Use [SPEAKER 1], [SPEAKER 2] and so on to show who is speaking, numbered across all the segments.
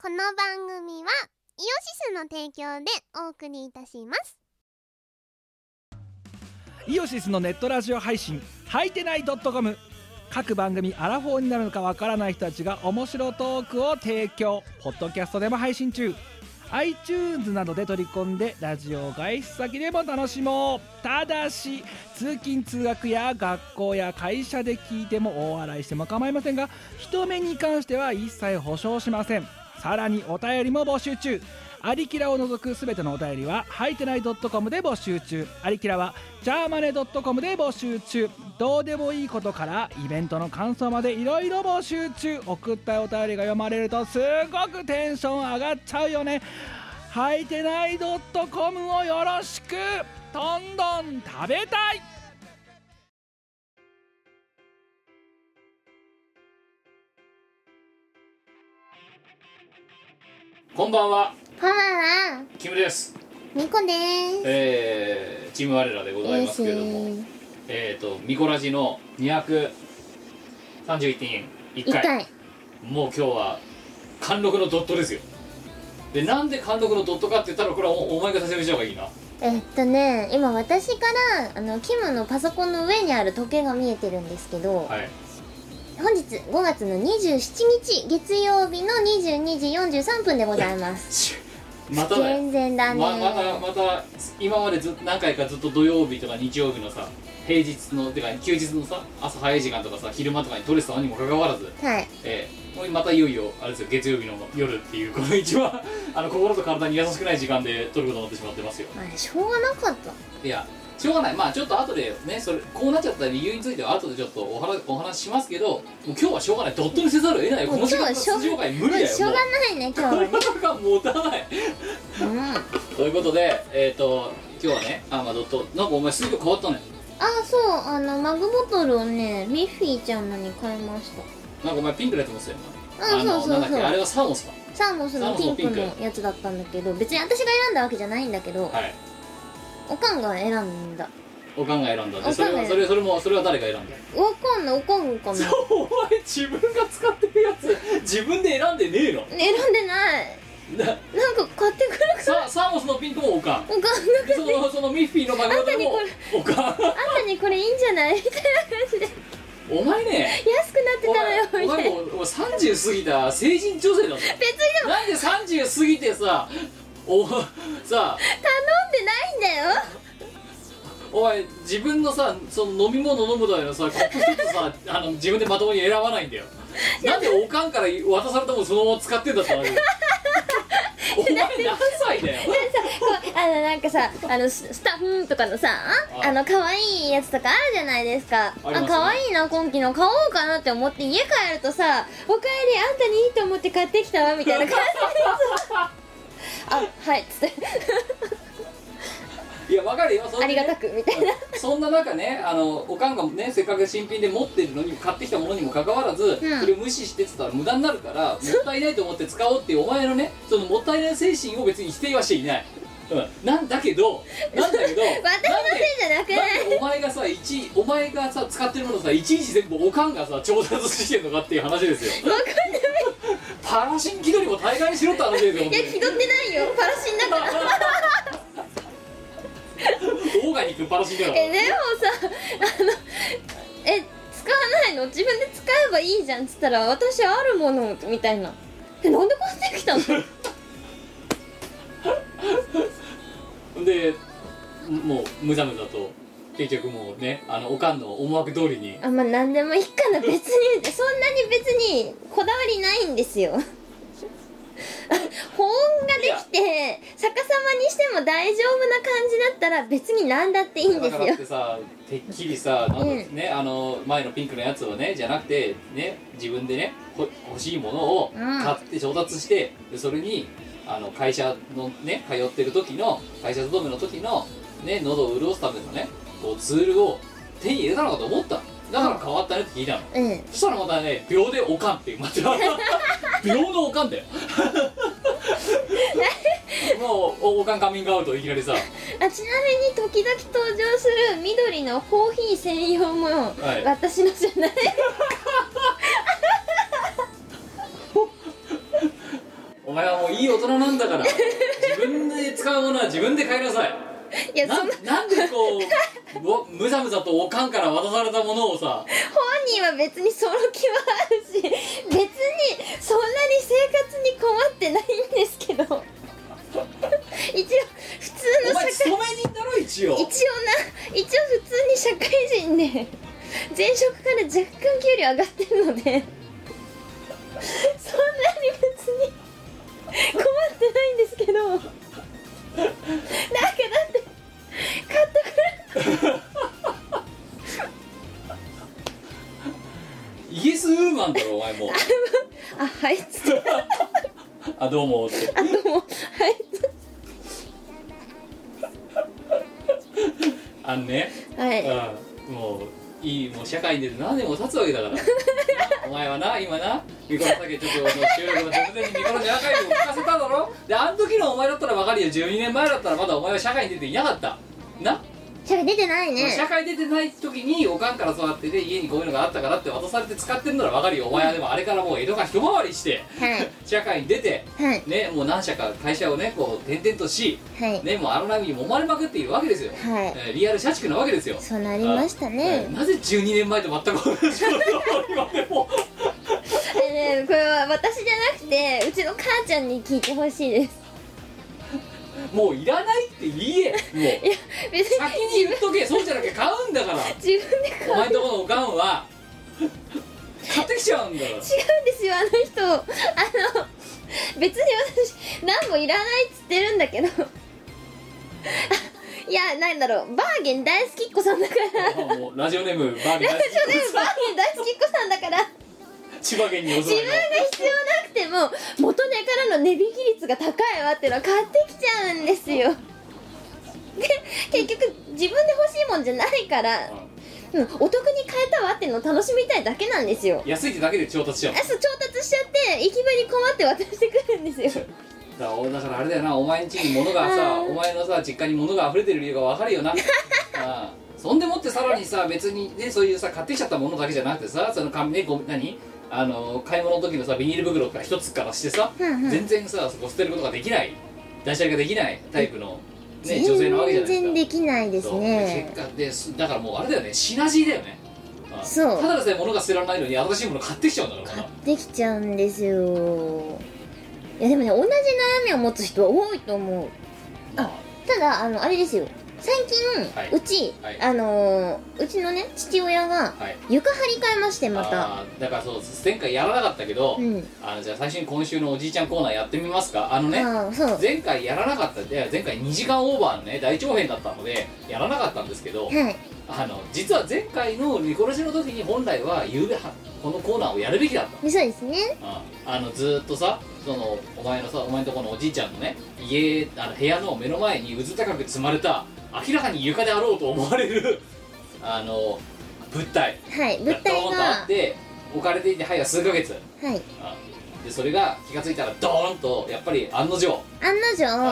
[SPEAKER 1] 番組はイオシスの提供でお送りいたします
[SPEAKER 2] イオシスのネットラジオ配信「はいてない .com」各番組アラフォーになるのかわからない人たちが面白トークを提供ポッドキャストでも配信中 iTunes などで取り込んでラジオを外出先でも楽しもうただし通勤通学や学校や会社で聞いても大笑いしても構いませんが人目に関しては一切保証しませんさらにお便りも募集中アリキラを除くすべてのお便りは、はいてない .com で募集中。アリキラは、ジャーマネ .com で募集中。どうでもいいことから、イベントの感想までいろいろ募集中。送ったお便りが読まれると、すごくテンション上がっちゃうよね。はいてない .com をよろしくどんどん食べたい
[SPEAKER 3] こんばんは
[SPEAKER 1] こんばんは
[SPEAKER 3] キムです、
[SPEAKER 1] みこです
[SPEAKER 3] えー、チーム我らでございますけれどもえっ、ー、とミコラジの231点1
[SPEAKER 1] 痛
[SPEAKER 3] 回
[SPEAKER 1] 回
[SPEAKER 3] もう今日は貫禄のドットですよでなんで貫禄のドットかって言ったらこれはおお前が説明した方がいいな
[SPEAKER 1] えっとね今私からあのキムのパソコンの上にある時計が見えてるんですけど、
[SPEAKER 3] はい
[SPEAKER 1] 本日5月の27日月曜日の22時43分でございます
[SPEAKER 3] し まただよ
[SPEAKER 1] 全然だね、
[SPEAKER 3] ままたまた今までず何回かずっと土曜日とか日曜日のさ平日のてか休日のさ朝早い時間とかさ昼間とかに撮れてたのにもかかわらず
[SPEAKER 1] はい
[SPEAKER 3] ええもうまたいよいよあれですよ月曜日の夜っていうこの一番 あの心と体に優しくない時間で撮ることになってしまってますよ
[SPEAKER 1] まあしょうがなかった
[SPEAKER 3] いやしょうがないまあちょっと後でねそれこうなっちゃった理由については後でちょっとお話お話ししますけどもう今日はしょうがないドットにせざるを得ないよこ
[SPEAKER 1] も
[SPEAKER 3] の
[SPEAKER 1] う
[SPEAKER 3] 時
[SPEAKER 1] 今日は
[SPEAKER 3] 間の
[SPEAKER 1] しょう
[SPEAKER 3] 出場会無理だよ
[SPEAKER 1] しょうがないね今日
[SPEAKER 3] も
[SPEAKER 1] は
[SPEAKER 3] う体が持たない
[SPEAKER 1] うんあ
[SPEAKER 3] ということでえっ、と今日はねあまあドットなんかお前すぐ変わったね
[SPEAKER 1] あそうあのマグボトルをねミッフィーちゃんのに買いました
[SPEAKER 3] なんかお前ピンクのやつ持ってたよな
[SPEAKER 1] あそうそうそう
[SPEAKER 3] のなんだっけあれはサーモスか
[SPEAKER 1] サーモスのピンク
[SPEAKER 3] サーモスのピン
[SPEAKER 1] のやつだったんだけど別に私が選んだわけじゃないんだけど、
[SPEAKER 3] はい
[SPEAKER 1] おかんが選んだ
[SPEAKER 3] おかんが選んだ
[SPEAKER 1] お
[SPEAKER 3] でそ
[SPEAKER 1] かん
[SPEAKER 3] れ
[SPEAKER 1] が
[SPEAKER 3] は
[SPEAKER 1] 選んだ
[SPEAKER 3] それそれもそれは誰が選んだ
[SPEAKER 1] おかんのおかんかも選
[SPEAKER 3] お前自分が使ってるやつ自分で選んでねえの
[SPEAKER 1] んでない
[SPEAKER 3] な
[SPEAKER 1] なんか買ってくるか
[SPEAKER 3] ササーモスのピンクもおかん
[SPEAKER 1] おかんなんか
[SPEAKER 3] でそのそのミッフィーのマグロでも
[SPEAKER 1] あん
[SPEAKER 3] おかん
[SPEAKER 1] あんたにこれいいんじゃないみたいな感じで
[SPEAKER 3] お前ね
[SPEAKER 1] 安くなって
[SPEAKER 3] お
[SPEAKER 1] たの
[SPEAKER 3] 前
[SPEAKER 1] よみたい
[SPEAKER 3] お
[SPEAKER 1] な
[SPEAKER 3] 前もうお前30過ぎた成人女性だぞ
[SPEAKER 1] 別にでも
[SPEAKER 3] なんで30過ぎてさおさ
[SPEAKER 1] 頼んでないんだよ
[SPEAKER 3] お前自分のさその飲み物飲むだよさコップセットさ あの自分でまともに選ばないんだよなんでおかんから渡されたものそのまま使ってんだっ て話お前何歳だよ
[SPEAKER 1] さこうあのなんかさあのススタッフとかのさあの可愛いやつとかあるじゃないですかあ
[SPEAKER 3] ありますね
[SPEAKER 1] 可愛いな今期の買おうかなって思って家帰るとさ「おかえりあんたにいいと思って買ってきたわ」みた いな感じでさあはい」っつって
[SPEAKER 3] いやわかるよそん
[SPEAKER 1] あ
[SPEAKER 3] な
[SPEAKER 1] り
[SPEAKER 3] ね
[SPEAKER 1] がたくみたいな
[SPEAKER 3] そんな中ねあのおかんがねせっかく新品で持ってるのにも買ってきたものにもかかわらず、
[SPEAKER 1] うん
[SPEAKER 3] それを無視してって言ったら無駄になるからもったいないと思って使おうっていうお前のねそのもったいない精神を別に否定はしていない、うん、なんだけどなんだけど
[SPEAKER 1] 私のせいじゃなくない
[SPEAKER 3] なんでお前がさいちお前がさ使ってるものさいちいち全部おかんがさ調達してんのかっていう話ですよ
[SPEAKER 1] わかんない
[SPEAKER 3] パラシン気取りも大概にしろって話ですよ本
[SPEAKER 1] いや気取ってないよパラシンだか ら
[SPEAKER 3] 当にオーガニックパラシンだから
[SPEAKER 1] えでもさあのえ使わないの自分で使えばいいじゃんっつったら私あるものみたいなえなんで買ってきたの
[SPEAKER 3] でもうむざむざと結局もうねあのおかんの思惑通りに
[SPEAKER 1] あまあ何でもいいかな別にそんなに別にこだわりないんですよ 保温ができて逆さまにしても大丈夫な感じだったら別に何だっていいんで
[SPEAKER 3] だ
[SPEAKER 1] す
[SPEAKER 3] から
[SPEAKER 1] よ
[SPEAKER 3] ってさてっきりさなんか
[SPEAKER 1] うん
[SPEAKER 3] ね、あの前のピンクのやつをねじゃなくてね自分でねほ欲しいものを
[SPEAKER 1] うん
[SPEAKER 3] 買って調達して、でそれにあの会社のね通ってる時の会社勤めの時のね喉を潤すためのねこうツールを手に入れたのかと思っただから変わったねって聞いたの
[SPEAKER 1] うん
[SPEAKER 3] そしたらまたね秒でおかんってま た秒のおかんだよもうおおかんカミングアウトいきなりさは
[SPEAKER 1] あちなみに時々登場する緑のコーヒー専用も
[SPEAKER 3] い
[SPEAKER 1] 私のじゃ ない、
[SPEAKER 3] お前はもういい大人なんだから自分で使うものは自分で買いなさい
[SPEAKER 1] いや
[SPEAKER 3] な
[SPEAKER 1] そんな
[SPEAKER 3] なんでこうわむざむざとおかんから渡されたものをさ
[SPEAKER 1] 本人は別にその気はあるし別にそんなに生活に困ってないんですけど 一応普
[SPEAKER 3] お
[SPEAKER 1] 通の社会
[SPEAKER 3] 前勤め人だろ一応
[SPEAKER 1] 一応な一応普通に社会人で前職から若干給料上がってるのでそんなに別に困ってないんですけどなんかだって買ってくれ
[SPEAKER 3] イエスウーマンだろお前もう
[SPEAKER 1] あはいっつって
[SPEAKER 3] あどうもって
[SPEAKER 1] あともうはいっつっ
[SPEAKER 3] あのね
[SPEAKER 1] てはい
[SPEAKER 3] うんもういいもう社会に出て何年も経つわけだ からなお前はな今なミコラだけちょっとあの収録の直前にミコラのアーカイブを聞かせただろであの時のお前だったら分かるよ12年前だったらまだお前は社会に出ていなかったな、
[SPEAKER 1] 社会出てないね
[SPEAKER 3] 社会出てない時におかんから育ってて家にこういうのがあったからって渡されて使ってるなら分かるよお前はでもあれからもう江戸が一回りして
[SPEAKER 1] はい
[SPEAKER 3] 社会に出て
[SPEAKER 1] はい
[SPEAKER 3] ねもう何社か会社をねこう転々とし
[SPEAKER 1] はい
[SPEAKER 3] ねもう荒波に揉まれまくっているわけですよ、
[SPEAKER 1] はい
[SPEAKER 3] えーリアル社畜なわけですよ
[SPEAKER 1] そうなりましたね
[SPEAKER 3] なぜ12年前と全く同じことを今でも
[SPEAKER 1] でねこれは私じゃなくてうちの母ちゃんに聞いてほしいです
[SPEAKER 3] もういらないって言え
[SPEAKER 1] い
[SPEAKER 3] も
[SPEAKER 1] や別
[SPEAKER 3] う先
[SPEAKER 1] に
[SPEAKER 3] に言っとけそうじゃなきゃ買うんだから
[SPEAKER 1] 自分で買う
[SPEAKER 3] お前んとこのおかんは買ってきちゃうんだから
[SPEAKER 1] 違うんですよあの人あの別に私何もいらないっつってるんだけど あいやなんだろうバーゲン大好きっ子さんだから
[SPEAKER 3] あもうラジオネームバーゲン大好き
[SPEAKER 1] それバーゲン大好きっ子さんだから
[SPEAKER 3] 千葉県にお
[SPEAKER 1] 自
[SPEAKER 3] 住ま
[SPEAKER 1] 分
[SPEAKER 3] い
[SPEAKER 1] が
[SPEAKER 3] の
[SPEAKER 1] 必要なくても元値からの値引き率が高いわっていうのは買ってきちゃうんですよで結局自分で欲しいもんじゃないから、うん、お得に買えたわっていうのを楽しみたいだけなんですよ
[SPEAKER 3] うん安いってだけで調達しちゃう
[SPEAKER 1] あそう調達しちゃって行き場に困って渡してくるんですよ
[SPEAKER 3] だからおだからあれだよなお前ん家に物がさ
[SPEAKER 1] うん
[SPEAKER 3] お前のさ実家に物が溢れてる理由がわかる よなああそんでもってさらにさ別にねそういうさ買ってきちゃったものだけじゃなくてさその紙ねご何あの買い物の時のさビニール袋から一つからしてさ、
[SPEAKER 1] うんうん
[SPEAKER 3] 全然さそこ捨てることができない断捨離ができないタイプの、ね、女性なわけじゃ
[SPEAKER 1] 全然
[SPEAKER 3] ないですか
[SPEAKER 1] できないですね
[SPEAKER 3] そうで結果ですだからもうあれだよねシナジーだよねああ
[SPEAKER 1] そう
[SPEAKER 3] ただでさえ物が捨てられないのに新しいもの買ってきちゃうんだから
[SPEAKER 1] 買
[SPEAKER 3] ま
[SPEAKER 1] っ
[SPEAKER 3] だ
[SPEAKER 1] てきちゃうんですよいやでもね同じ悩みを持つ人は多いと思うあただあのあれですよ最近、
[SPEAKER 3] はいう
[SPEAKER 1] ち、
[SPEAKER 3] はい
[SPEAKER 1] あのーうちのね父親が
[SPEAKER 3] はい
[SPEAKER 1] 床張り替えましてまた
[SPEAKER 3] あーだからそう前回やらなかったけど、
[SPEAKER 1] うん
[SPEAKER 3] あのじゃあ最初に今週のおじいちゃんコーナーやってみますかあのね
[SPEAKER 1] ああそう
[SPEAKER 3] 前回やらなかったいや前回2時間オーバーのね大長編だったのでやらなかったんですけど
[SPEAKER 1] はい
[SPEAKER 3] あの実は前回の見殺しの時に本来はゆうべはこのコーナーをやるべきだった
[SPEAKER 1] でそうですね
[SPEAKER 3] ああのずーっとさそのお前のさお前のとこのおじいちゃんのね家あの部屋の目の前にうず高く積まれた明らかに床であろうと思われる あの物体
[SPEAKER 1] はい物
[SPEAKER 3] ド
[SPEAKER 1] 体
[SPEAKER 3] ーン
[SPEAKER 1] が
[SPEAKER 3] とあっ
[SPEAKER 1] は
[SPEAKER 3] て置かれていて早数ヶ月
[SPEAKER 1] い
[SPEAKER 3] あでそれが気がついたらドーンとやっぱり案の定
[SPEAKER 1] 案の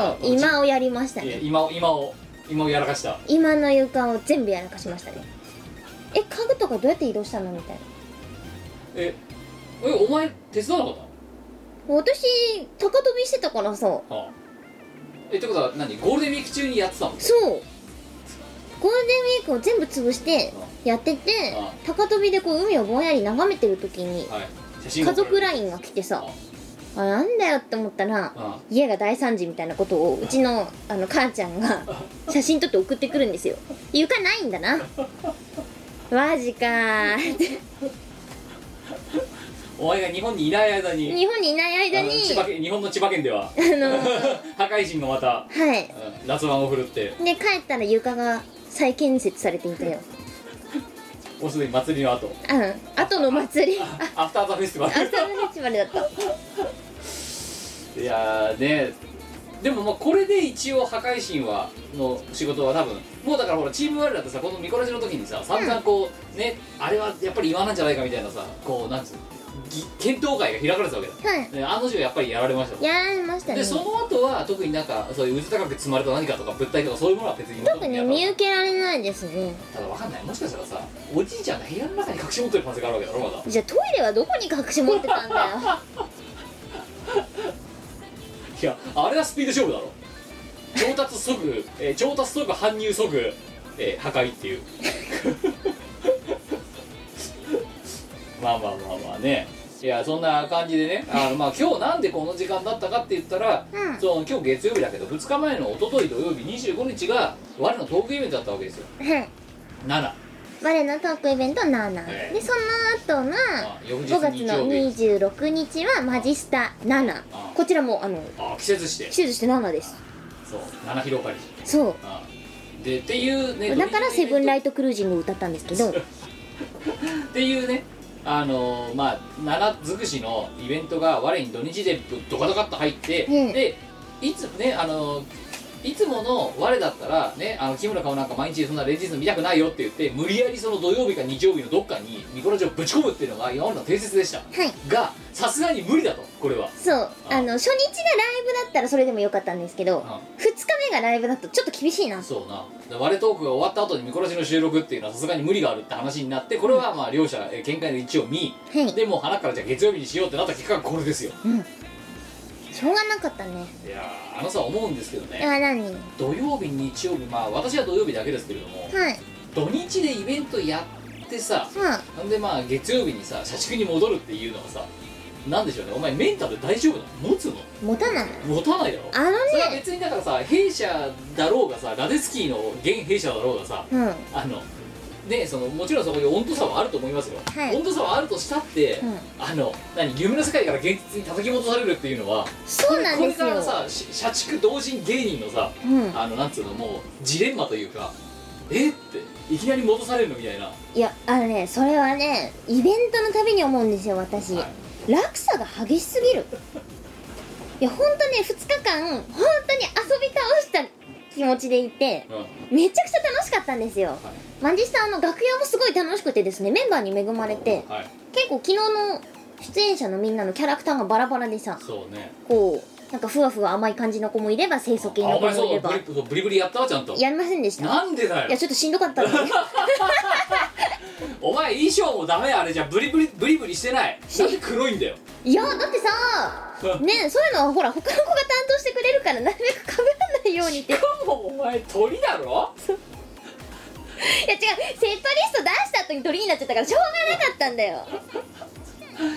[SPEAKER 3] あ
[SPEAKER 1] 定今をやりました
[SPEAKER 3] いや
[SPEAKER 1] ね
[SPEAKER 3] 今を今を今をやらかした
[SPEAKER 1] 今の床を全部やらかしましたねえ家具とかどうやって移動したのみたいな
[SPEAKER 3] ええお前手伝わなかっ
[SPEAKER 1] 私高飛びしてたからさ
[SPEAKER 3] た、はあ、えってことは何ゴールデンウィーク中にやってたもん
[SPEAKER 1] そうゴールデンウィークを全部潰してやってて
[SPEAKER 3] あ
[SPEAKER 1] 高飛びでこう海をぼんやり眺めてる時に
[SPEAKER 3] はい写真
[SPEAKER 1] 家族
[SPEAKER 3] イ
[SPEAKER 1] LINE が来てさあなんだよって思ったら
[SPEAKER 3] あ
[SPEAKER 1] 家が大惨事みたいなことをうちのあの母ちゃん が写真撮って送ってくるんですよ床ないんだなマジかーって
[SPEAKER 3] お前が日本にいない間に
[SPEAKER 1] 日本にいない間に
[SPEAKER 3] あの千葉県日本の千葉県では
[SPEAKER 1] あの
[SPEAKER 3] 破壊人がまた
[SPEAKER 1] はい
[SPEAKER 3] うん辣腕を振るって
[SPEAKER 1] で帰ったら床が再建設されていたよ
[SPEAKER 3] もうすでに祭りの後
[SPEAKER 1] うん後の祭り
[SPEAKER 3] あアフターザフェスティバ
[SPEAKER 1] アフタ
[SPEAKER 3] ル
[SPEAKER 1] ーフェスティバルだった
[SPEAKER 3] いやーねでもまあこれで一応破壊神はの仕事は多分もうだからほらチームワールだってさこの見こらしの時にさ散々こう、ねあれはやっぱり今なんじゃないかみたいなさこうなんつうのぎ検討会が開かれてたわけだ
[SPEAKER 1] はい
[SPEAKER 3] で案の定やっぱりやられましたもん
[SPEAKER 1] やられましたね
[SPEAKER 3] でその後は特になんかそういううず高く積まれた何かとか物体とかそういうものは別に
[SPEAKER 1] 特に見受けられないですね
[SPEAKER 3] ただわかんないもしかしたらさおじいちゃんの部屋の中に隠し持ってる可能性があるわけだろまだ
[SPEAKER 1] じゃあトイレはどこに隠し持ってたんだよ
[SPEAKER 3] いやあれはスピード勝負だろ調達即、えー調達即搬入即、えー破壊っていう まあまあまあまあねいやそんな感じでねあのまあ今日なんでこの時間だったかって言ったら、
[SPEAKER 1] うん
[SPEAKER 3] その今日月曜日だけど2日前の一昨日土曜日25日が我のトークイベントだったわけですよ
[SPEAKER 1] はい
[SPEAKER 3] 7
[SPEAKER 1] 我のトークイベントナーナー
[SPEAKER 3] ええ
[SPEAKER 1] でその後の
[SPEAKER 3] あ翌日
[SPEAKER 1] 5月
[SPEAKER 3] 日曜
[SPEAKER 1] の
[SPEAKER 3] 日
[SPEAKER 1] 26日はマジスタ7
[SPEAKER 3] あ
[SPEAKER 1] こちらもあの
[SPEAKER 3] あ季節して
[SPEAKER 1] 手術して7です
[SPEAKER 3] そう7広がり
[SPEAKER 1] そう
[SPEAKER 3] あでっていうね
[SPEAKER 1] だからセブンライ
[SPEAKER 3] ト
[SPEAKER 1] トクルージングを歌ったんですけ ど
[SPEAKER 3] っていうねあのーまあ七尽くしのイベントが我に土日でぶっドカドカっと入って、
[SPEAKER 1] うん
[SPEAKER 3] でいつねあのーいつもの我だったらねあの木村顔なんか毎日そんな連日の見たくないよって言って無理やりその土曜日か日曜日のどっかにミコラジをぶち込むっていうのが今までの定説でした
[SPEAKER 1] はい
[SPEAKER 3] がさすがに無理だとこれは
[SPEAKER 1] そうあの初日がライブだったらそれでもよかったんですけど
[SPEAKER 3] あ
[SPEAKER 1] 2日目がライブだとちょっと厳しいな
[SPEAKER 3] そうなで我トークが終わった後に見殺しの収録っていうのはさすがに無理があるって話になってこれはまあ両者えー見解の一致を見、
[SPEAKER 1] はい
[SPEAKER 3] でもう花からじゃあ月曜日にしようってなった結果がこれですよ
[SPEAKER 1] うんしょうがなかったね
[SPEAKER 3] いやーあのさ思うんですけど
[SPEAKER 1] い
[SPEAKER 3] ね
[SPEAKER 1] や何はい
[SPEAKER 3] 土曜日日曜日まあ私は土曜日だけですけれども土日でイベントやってさ
[SPEAKER 1] まあ
[SPEAKER 3] なんでまあ月曜日にさ社畜に戻るっていうのがさなんでしょうねお前メンタル大丈夫なの持つの
[SPEAKER 1] 持たない
[SPEAKER 3] 持たないだろ
[SPEAKER 1] あの
[SPEAKER 3] それは
[SPEAKER 1] ね
[SPEAKER 3] 別にだからさ弊社だろうがさラデツキーの現弊社だろうがさ
[SPEAKER 1] うんうん
[SPEAKER 3] あのねそのもちろんそこに温度差はあると思いますよ、
[SPEAKER 1] はい
[SPEAKER 3] 温度差はあるとしたって、
[SPEAKER 1] うん
[SPEAKER 3] あの何夢の世界から現実に叩き戻されるっていうのは
[SPEAKER 1] そうなんです
[SPEAKER 3] これから
[SPEAKER 1] よ
[SPEAKER 3] さし社畜同人芸人のさ
[SPEAKER 1] うん
[SPEAKER 3] あのなんつうのもうジレンマというかえっていきなり戻されるのみたいな、
[SPEAKER 1] いやあのねそれはねイベントのたびに思うんですよ私、
[SPEAKER 3] は
[SPEAKER 1] 落差が激しすぎるいやほんとね2日間本当に遊び倒した気持ちでいて
[SPEAKER 3] うん
[SPEAKER 1] めちゃくちゃ楽しかったんですよ、マジスタの楽屋もすごい楽しくてですねメンバーに恵まれて
[SPEAKER 3] はい、
[SPEAKER 1] 結構昨日の出演者のみんなのキャラクターがバラバラでさ
[SPEAKER 3] そうね
[SPEAKER 1] こうなんかふわふわ甘い感じの子もいれば清楚系
[SPEAKER 3] あ
[SPEAKER 1] の
[SPEAKER 3] お
[SPEAKER 1] 子
[SPEAKER 3] 前そ
[SPEAKER 1] もいうれ
[SPEAKER 3] ブ
[SPEAKER 1] ば
[SPEAKER 3] リそうブリブリやったわちゃんと
[SPEAKER 1] やりませんでした
[SPEAKER 3] なんでだ
[SPEAKER 1] いや
[SPEAKER 3] よ
[SPEAKER 1] ちょっとしんどか ったんで
[SPEAKER 3] お前衣装もダメあれじゃブリブリブリブリしてないなんで黒いんだよ
[SPEAKER 1] いやだってさねえそういうのはほら他の子が担当してくれるからなるべく被らないよう にっていや違う
[SPEAKER 3] しかもお前鳥だろ
[SPEAKER 1] セットリスト出した後に鳥になっちゃったからしょうがなかったんだよ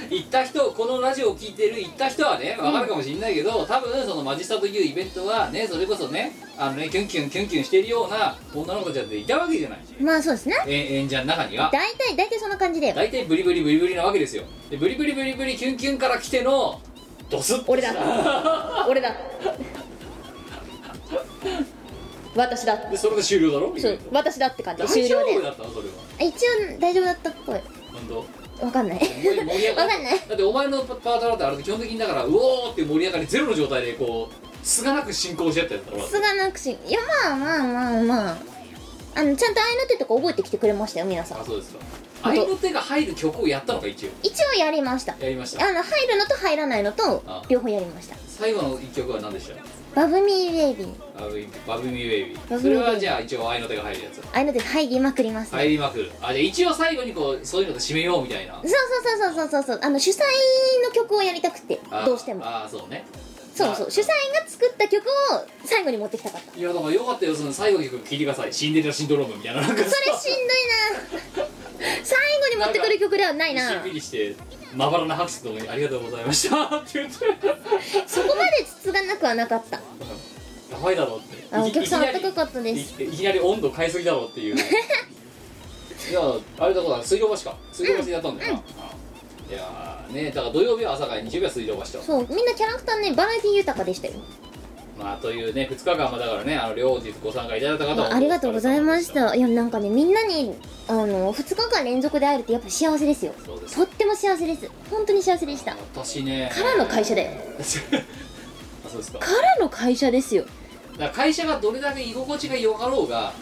[SPEAKER 3] 行った人このラジオを聞いてる行った人はね分かるかもしれないけど、多分そのマジスタというイベントはねそれこそねあのねキュンキュンキュンキュンしてるような女の子たちだっていたわけじゃない
[SPEAKER 1] まあそうですね
[SPEAKER 3] え演者の中には
[SPEAKER 1] 大体大体そんな感じだよ
[SPEAKER 3] 大体ブリブリブリブリなわけですよでブリブリブリブリキュンキュンから来てのドスッ
[SPEAKER 1] 俺だ俺だ私だ
[SPEAKER 3] でそれで終了だろ
[SPEAKER 1] そう私だって感じ
[SPEAKER 3] 大
[SPEAKER 1] 終
[SPEAKER 3] 丈
[SPEAKER 1] 了
[SPEAKER 3] 夫
[SPEAKER 1] で
[SPEAKER 3] だったのそれは
[SPEAKER 1] 一応大丈夫だったっぽい
[SPEAKER 3] 本当。
[SPEAKER 1] わかんない
[SPEAKER 3] 盛り上が
[SPEAKER 1] わ
[SPEAKER 3] り
[SPEAKER 1] かんない
[SPEAKER 3] だってお前のパートナーってあれ基本的にだからうおーって盛り上がりゼロの状態でこうすがなく進行してったやつだろ
[SPEAKER 1] すがなくしいやまあまあまあまああのちゃんと合いの手とか覚えてきてくれましたよ皆さん
[SPEAKER 3] あそうですか
[SPEAKER 1] 本
[SPEAKER 3] 合
[SPEAKER 1] 当
[SPEAKER 3] いの手が入る曲をやったのか一応
[SPEAKER 1] 一応やりました
[SPEAKER 3] やりました
[SPEAKER 1] あの入るのと入らないのと
[SPEAKER 3] あ
[SPEAKER 1] 両方やりました
[SPEAKER 3] 最後の一曲は何でした
[SPEAKER 1] バブミーベイビー
[SPEAKER 3] バブミーバブミーベイビ
[SPEAKER 1] バブミーベイビー
[SPEAKER 3] ーそれはじゃあ一応愛の手が入るやつ
[SPEAKER 1] ああいうので入りまくりますね、
[SPEAKER 3] 入りまくるあじゃあ一応最後にこうそういうので締めようみたいな
[SPEAKER 1] そうそうそうそうそうそうあの主催の曲をやりたくて
[SPEAKER 3] あ
[SPEAKER 1] どうしても
[SPEAKER 3] ああそうね
[SPEAKER 1] そうそう主催が作った曲を最後に持ってきたかった
[SPEAKER 3] いやだからよかったよその最後の曲聴いてくださいシンデレラシンドロームみたいななんか
[SPEAKER 1] それしんどいな最後に持ってくる曲ではないな
[SPEAKER 3] しんびりしてまばらな拍手とともにありがとうございましたって言って
[SPEAKER 1] そこまでつつがなくはなかった
[SPEAKER 3] やばいだろうって
[SPEAKER 1] あお
[SPEAKER 3] いき
[SPEAKER 1] 客さんあ
[SPEAKER 3] いきな
[SPEAKER 1] っ
[SPEAKER 3] り
[SPEAKER 1] たかかったです
[SPEAKER 3] いいきなり温度変えすぎだろう っていういやあれだから水道橋か水道橋でやったんだよな、いやーねだから土曜日は朝から日曜日は水道橋と
[SPEAKER 1] そうみんなキャラクターねバラエティ豊かでしたよ、
[SPEAKER 3] まあというね2日間はだからねあの両日ご参加いただいた方
[SPEAKER 1] ま
[SPEAKER 3] も
[SPEAKER 1] あ、ありがとうございましたいやなんかねみんなにあの2日間連続で会えるってやっぱ幸せですよ
[SPEAKER 3] そうです
[SPEAKER 1] とっても幸せです本当に幸せでしたか
[SPEAKER 3] 私ね
[SPEAKER 1] らの会社だよ
[SPEAKER 3] あそうですかだか
[SPEAKER 1] からの会社ですよ
[SPEAKER 3] ら会社がどれだけ居心地がよかろうが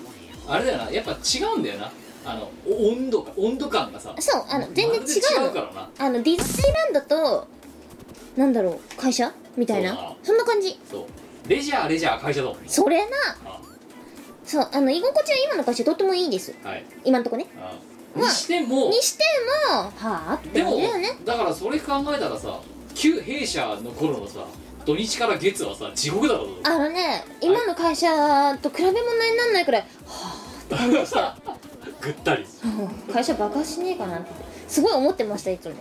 [SPEAKER 3] あれだよなやっぱ違うんだよなあのお温度か温度感がさ
[SPEAKER 1] そうあの全然違
[SPEAKER 3] まるで違
[SPEAKER 1] うの
[SPEAKER 3] うからな
[SPEAKER 1] あのディズニーランドとなんだろう会社みたい
[SPEAKER 3] そうだ
[SPEAKER 1] な
[SPEAKER 3] な
[SPEAKER 1] そんな感じ
[SPEAKER 3] そうレジャーレジャー会社だもん
[SPEAKER 1] それな
[SPEAKER 3] あ
[SPEAKER 1] そうあの居心地は今の会社とってもいいです
[SPEAKER 3] はい
[SPEAKER 1] 今んとこね
[SPEAKER 3] あ
[SPEAKER 1] ま
[SPEAKER 3] に
[SPEAKER 1] あ
[SPEAKER 3] しても
[SPEAKER 1] にしてもはあって
[SPEAKER 3] で
[SPEAKER 1] 感
[SPEAKER 3] も
[SPEAKER 1] じだよね
[SPEAKER 3] だからそれ考えたらさ旧弊社の頃のさ土日から月はさ地獄だろう
[SPEAKER 1] あのね今の会社と比べ物にならないくらいはあって 感じでした
[SPEAKER 3] ぐったり
[SPEAKER 1] うん会社爆発しねえかなってすごい思ってましたいつも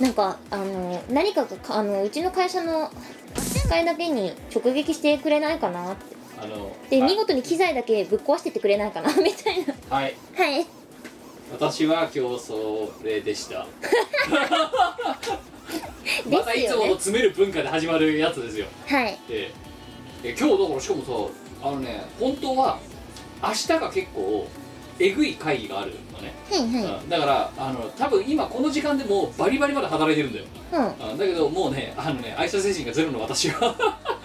[SPEAKER 1] なんかあの何かがかあのうちの会社の扱いだけに直撃してくれないかなって
[SPEAKER 3] あの
[SPEAKER 1] で
[SPEAKER 3] はい
[SPEAKER 1] 見事に機材だけぶっ壊してってくれないかなみたいな
[SPEAKER 3] はい
[SPEAKER 1] はい
[SPEAKER 3] 私は今日それでした
[SPEAKER 1] すよね
[SPEAKER 3] またいつもの詰める文化で始まるやつですよ
[SPEAKER 1] はい
[SPEAKER 3] でえ今日だからしかもさあのね本当は明日が結構えぐい会議があるのね、
[SPEAKER 1] はいは
[SPEAKER 3] うんだからあの多分今この時間でもうバリバリまで働いてるんだよ、
[SPEAKER 1] いうん
[SPEAKER 3] うんだけどもうねあのね愛車精神がゼロの私は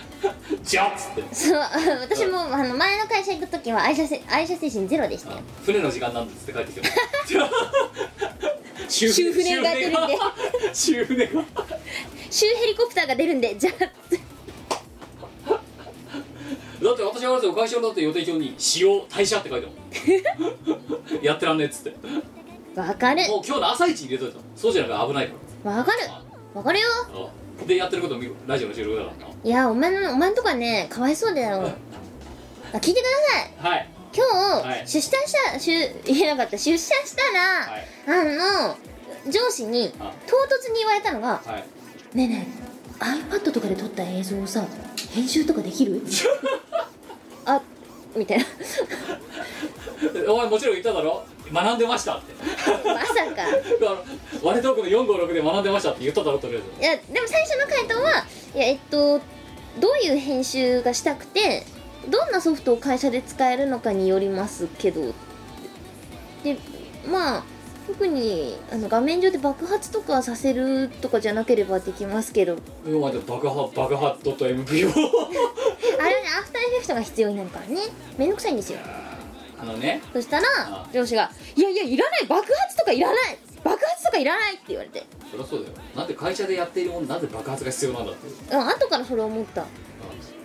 [SPEAKER 3] じゃっつって
[SPEAKER 1] そう私もあの前の会社行く時は愛車せ愛車精神ゼロでしたよ
[SPEAKER 3] あ船の時間なんですって帰ってきても修
[SPEAKER 1] 修船が出るんで
[SPEAKER 3] 修船が
[SPEAKER 1] 州ヘリコプターが出るんでじゃあって
[SPEAKER 3] だって私はあれですよ会社のだって予定表に「使用退社」って書いてあるもんやってらんねえっつって
[SPEAKER 1] わかる
[SPEAKER 3] もう今日の朝一に入れといたのそうじゃなきゃ危ないか
[SPEAKER 1] わかる
[SPEAKER 3] ら
[SPEAKER 1] わかるよ
[SPEAKER 3] あでやってることもラジオの収録だから
[SPEAKER 1] いやお前のお前のとかねかわいそうだよあ聞いてください
[SPEAKER 3] なはい
[SPEAKER 1] 今日、
[SPEAKER 3] はい
[SPEAKER 1] 出社した出言えなかった出社したら、
[SPEAKER 3] は
[SPEAKER 1] あ
[SPEAKER 3] い
[SPEAKER 1] の上司に唐
[SPEAKER 3] あ
[SPEAKER 1] 突に言われたのが
[SPEAKER 3] は
[SPEAKER 1] 「
[SPEAKER 3] い
[SPEAKER 1] ねえねえ iPad とかで撮った映像をさ編集とかできる? 」あみたいな
[SPEAKER 3] お前もちろん言っただろ学んでましたって
[SPEAKER 1] まさか
[SPEAKER 3] あの「割れトークの456で学んでました」って言っただろとりあえず
[SPEAKER 1] いやでも最初の回答はいやえっとどういう編集がしたくてどんなソフトを会社で使えるのかによりますけどでまあ特にあの画面上で爆発とかさせるとかじゃなければできますけど
[SPEAKER 3] えお前で爆破爆破 .mp を
[SPEAKER 1] あれはねアフターエフェクトが必要になるからねめんどくさいんですよ
[SPEAKER 3] あのね
[SPEAKER 1] そしたら
[SPEAKER 3] あ
[SPEAKER 1] 上司が「いやいやいらない爆発とかいらない爆発とかいらない」って言われて
[SPEAKER 3] そりゃそうだよなんで会社でやっているものなんで爆発が必要なんだっ
[SPEAKER 1] う
[SPEAKER 3] て
[SPEAKER 1] ん後からそれ思った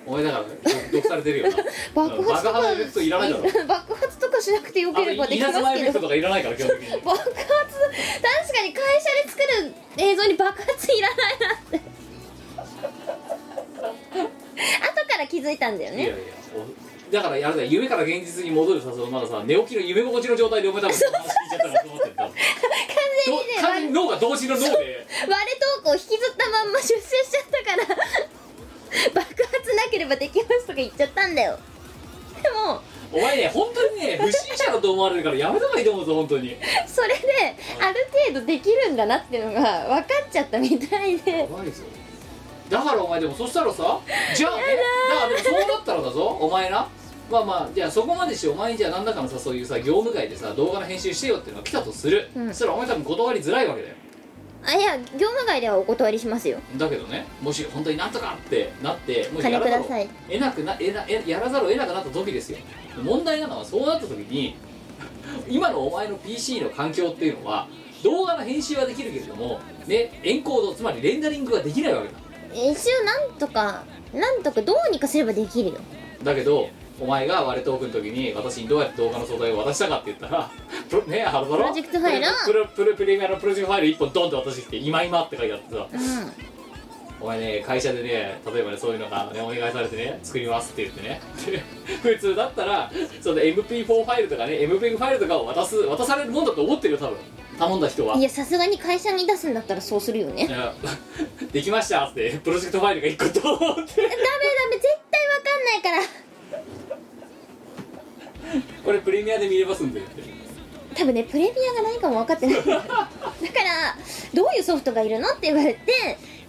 [SPEAKER 3] お前だから毒されてるよな
[SPEAKER 1] 爆発と
[SPEAKER 3] 爆
[SPEAKER 1] か
[SPEAKER 3] 破のエフェクトいらないだろ
[SPEAKER 1] 爆発とかしなくてよ
[SPEAKER 3] あ
[SPEAKER 1] け
[SPEAKER 3] の
[SPEAKER 1] ればでき
[SPEAKER 3] 稲
[SPEAKER 1] ます
[SPEAKER 3] 妻エフ
[SPEAKER 1] け
[SPEAKER 3] ェクト
[SPEAKER 1] ど
[SPEAKER 3] とかいらないから基本的に
[SPEAKER 1] 爆発確かに会社で作る映像に爆発いらないな って後から気づいたんだよ
[SPEAKER 3] いやいや
[SPEAKER 1] ね
[SPEAKER 3] おだからやるだよ夢から現実に戻るさそのまださ寝起きの夢心地の状態でお前 多分その話聞いちゃったからと思ってた
[SPEAKER 1] 完全
[SPEAKER 3] ど
[SPEAKER 1] にね
[SPEAKER 3] 完全に
[SPEAKER 1] 割
[SPEAKER 3] 脳が同時の脳で
[SPEAKER 1] 割れトークを引きずったまんま出世しちゃったから爆発なければできますとか言っちゃったんだよでも
[SPEAKER 3] お前ね本当にね不審者だと思われるからやめた方がいいと思うぞ本当に
[SPEAKER 1] それである程度できるんだなっていうのが分かっちゃったみたいで
[SPEAKER 3] 怖いぞだからお前でもそしたらさじゃあねだからでもそうなったらだぞお前なまあまあじゃあそこまでしてお前にじゃあ何らかのさそういうさ業務外でさ動画の編集してよっていうのが来たとする、
[SPEAKER 1] うん
[SPEAKER 3] そしたらお前多分断りづらいわけだよ
[SPEAKER 1] あいや業務外ではお断りしますよ
[SPEAKER 3] だけどねもし本当になんとかってなってもし
[SPEAKER 1] 金
[SPEAKER 3] や
[SPEAKER 1] く
[SPEAKER 3] らざる
[SPEAKER 1] だ
[SPEAKER 3] を
[SPEAKER 1] さい
[SPEAKER 3] 得なくなえなえやらざるを得なくなった時ですよ問題なのはそうなった時に 今のお前の PC の環境っていうのは動画の編集はできるけれどもねエンコードつまりレンダリングができないわけだ
[SPEAKER 1] 一応なんとかなんとかどうにかすればできるよ
[SPEAKER 3] だけどお前が割れトークの時に私にどうやって動画の素材を渡したかって言ったら プロねハロプロ
[SPEAKER 1] プロジェクトファイルを
[SPEAKER 3] プロプロプレミアのプロジェクトファイル1本ドンって渡してきて「今今」って書いてあってさ
[SPEAKER 1] う
[SPEAKER 3] お前ね会社でね例えばねそういうのが、ね、お願いされてね作りますって言ってね 普通だったらその MP4 ファイルとかね MPEG ファイルとかを渡す渡されるもんだと思ってるよ多分頼んだ人は。
[SPEAKER 1] んいやさすがに会社に出すんだったらそうするよね
[SPEAKER 3] い
[SPEAKER 1] ダメ
[SPEAKER 3] や できましたってプロジェクトファイルが1個と思っ
[SPEAKER 1] ダ
[SPEAKER 3] て
[SPEAKER 1] メ絶対わかんないから
[SPEAKER 3] これプレミアで見れますんでって
[SPEAKER 1] 多分ねプレミアが何かも分かってないだからどういうソフトがいるのって言われて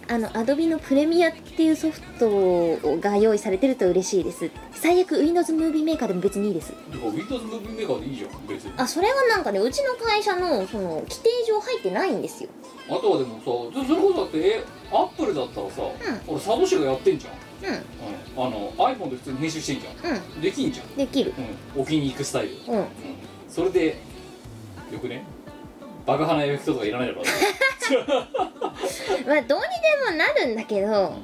[SPEAKER 1] あのアドビのプレミアっていうソフトが用意されてると嬉しいです最悪 Windows ムービーメーカーでも別にいいです
[SPEAKER 3] でも Windows ムービーメーカーでいいじゃん別に
[SPEAKER 1] あそれはなんかねうちの会社のその規定上入ってないんですよ
[SPEAKER 3] あとはでもさそれこそだってえアップルだったらさ、
[SPEAKER 1] ん
[SPEAKER 3] 俺サトシがやってんじゃん、
[SPEAKER 1] う
[SPEAKER 3] あの iPhone で普通に編集してんじゃ
[SPEAKER 1] んうん
[SPEAKER 3] んできんじゃん、
[SPEAKER 1] できる
[SPEAKER 3] うん、置きに行くスタイル、
[SPEAKER 1] うん
[SPEAKER 3] それでよくね爆破なエフェクトとかいらないだろ
[SPEAKER 1] まあどうにでもなるんだけど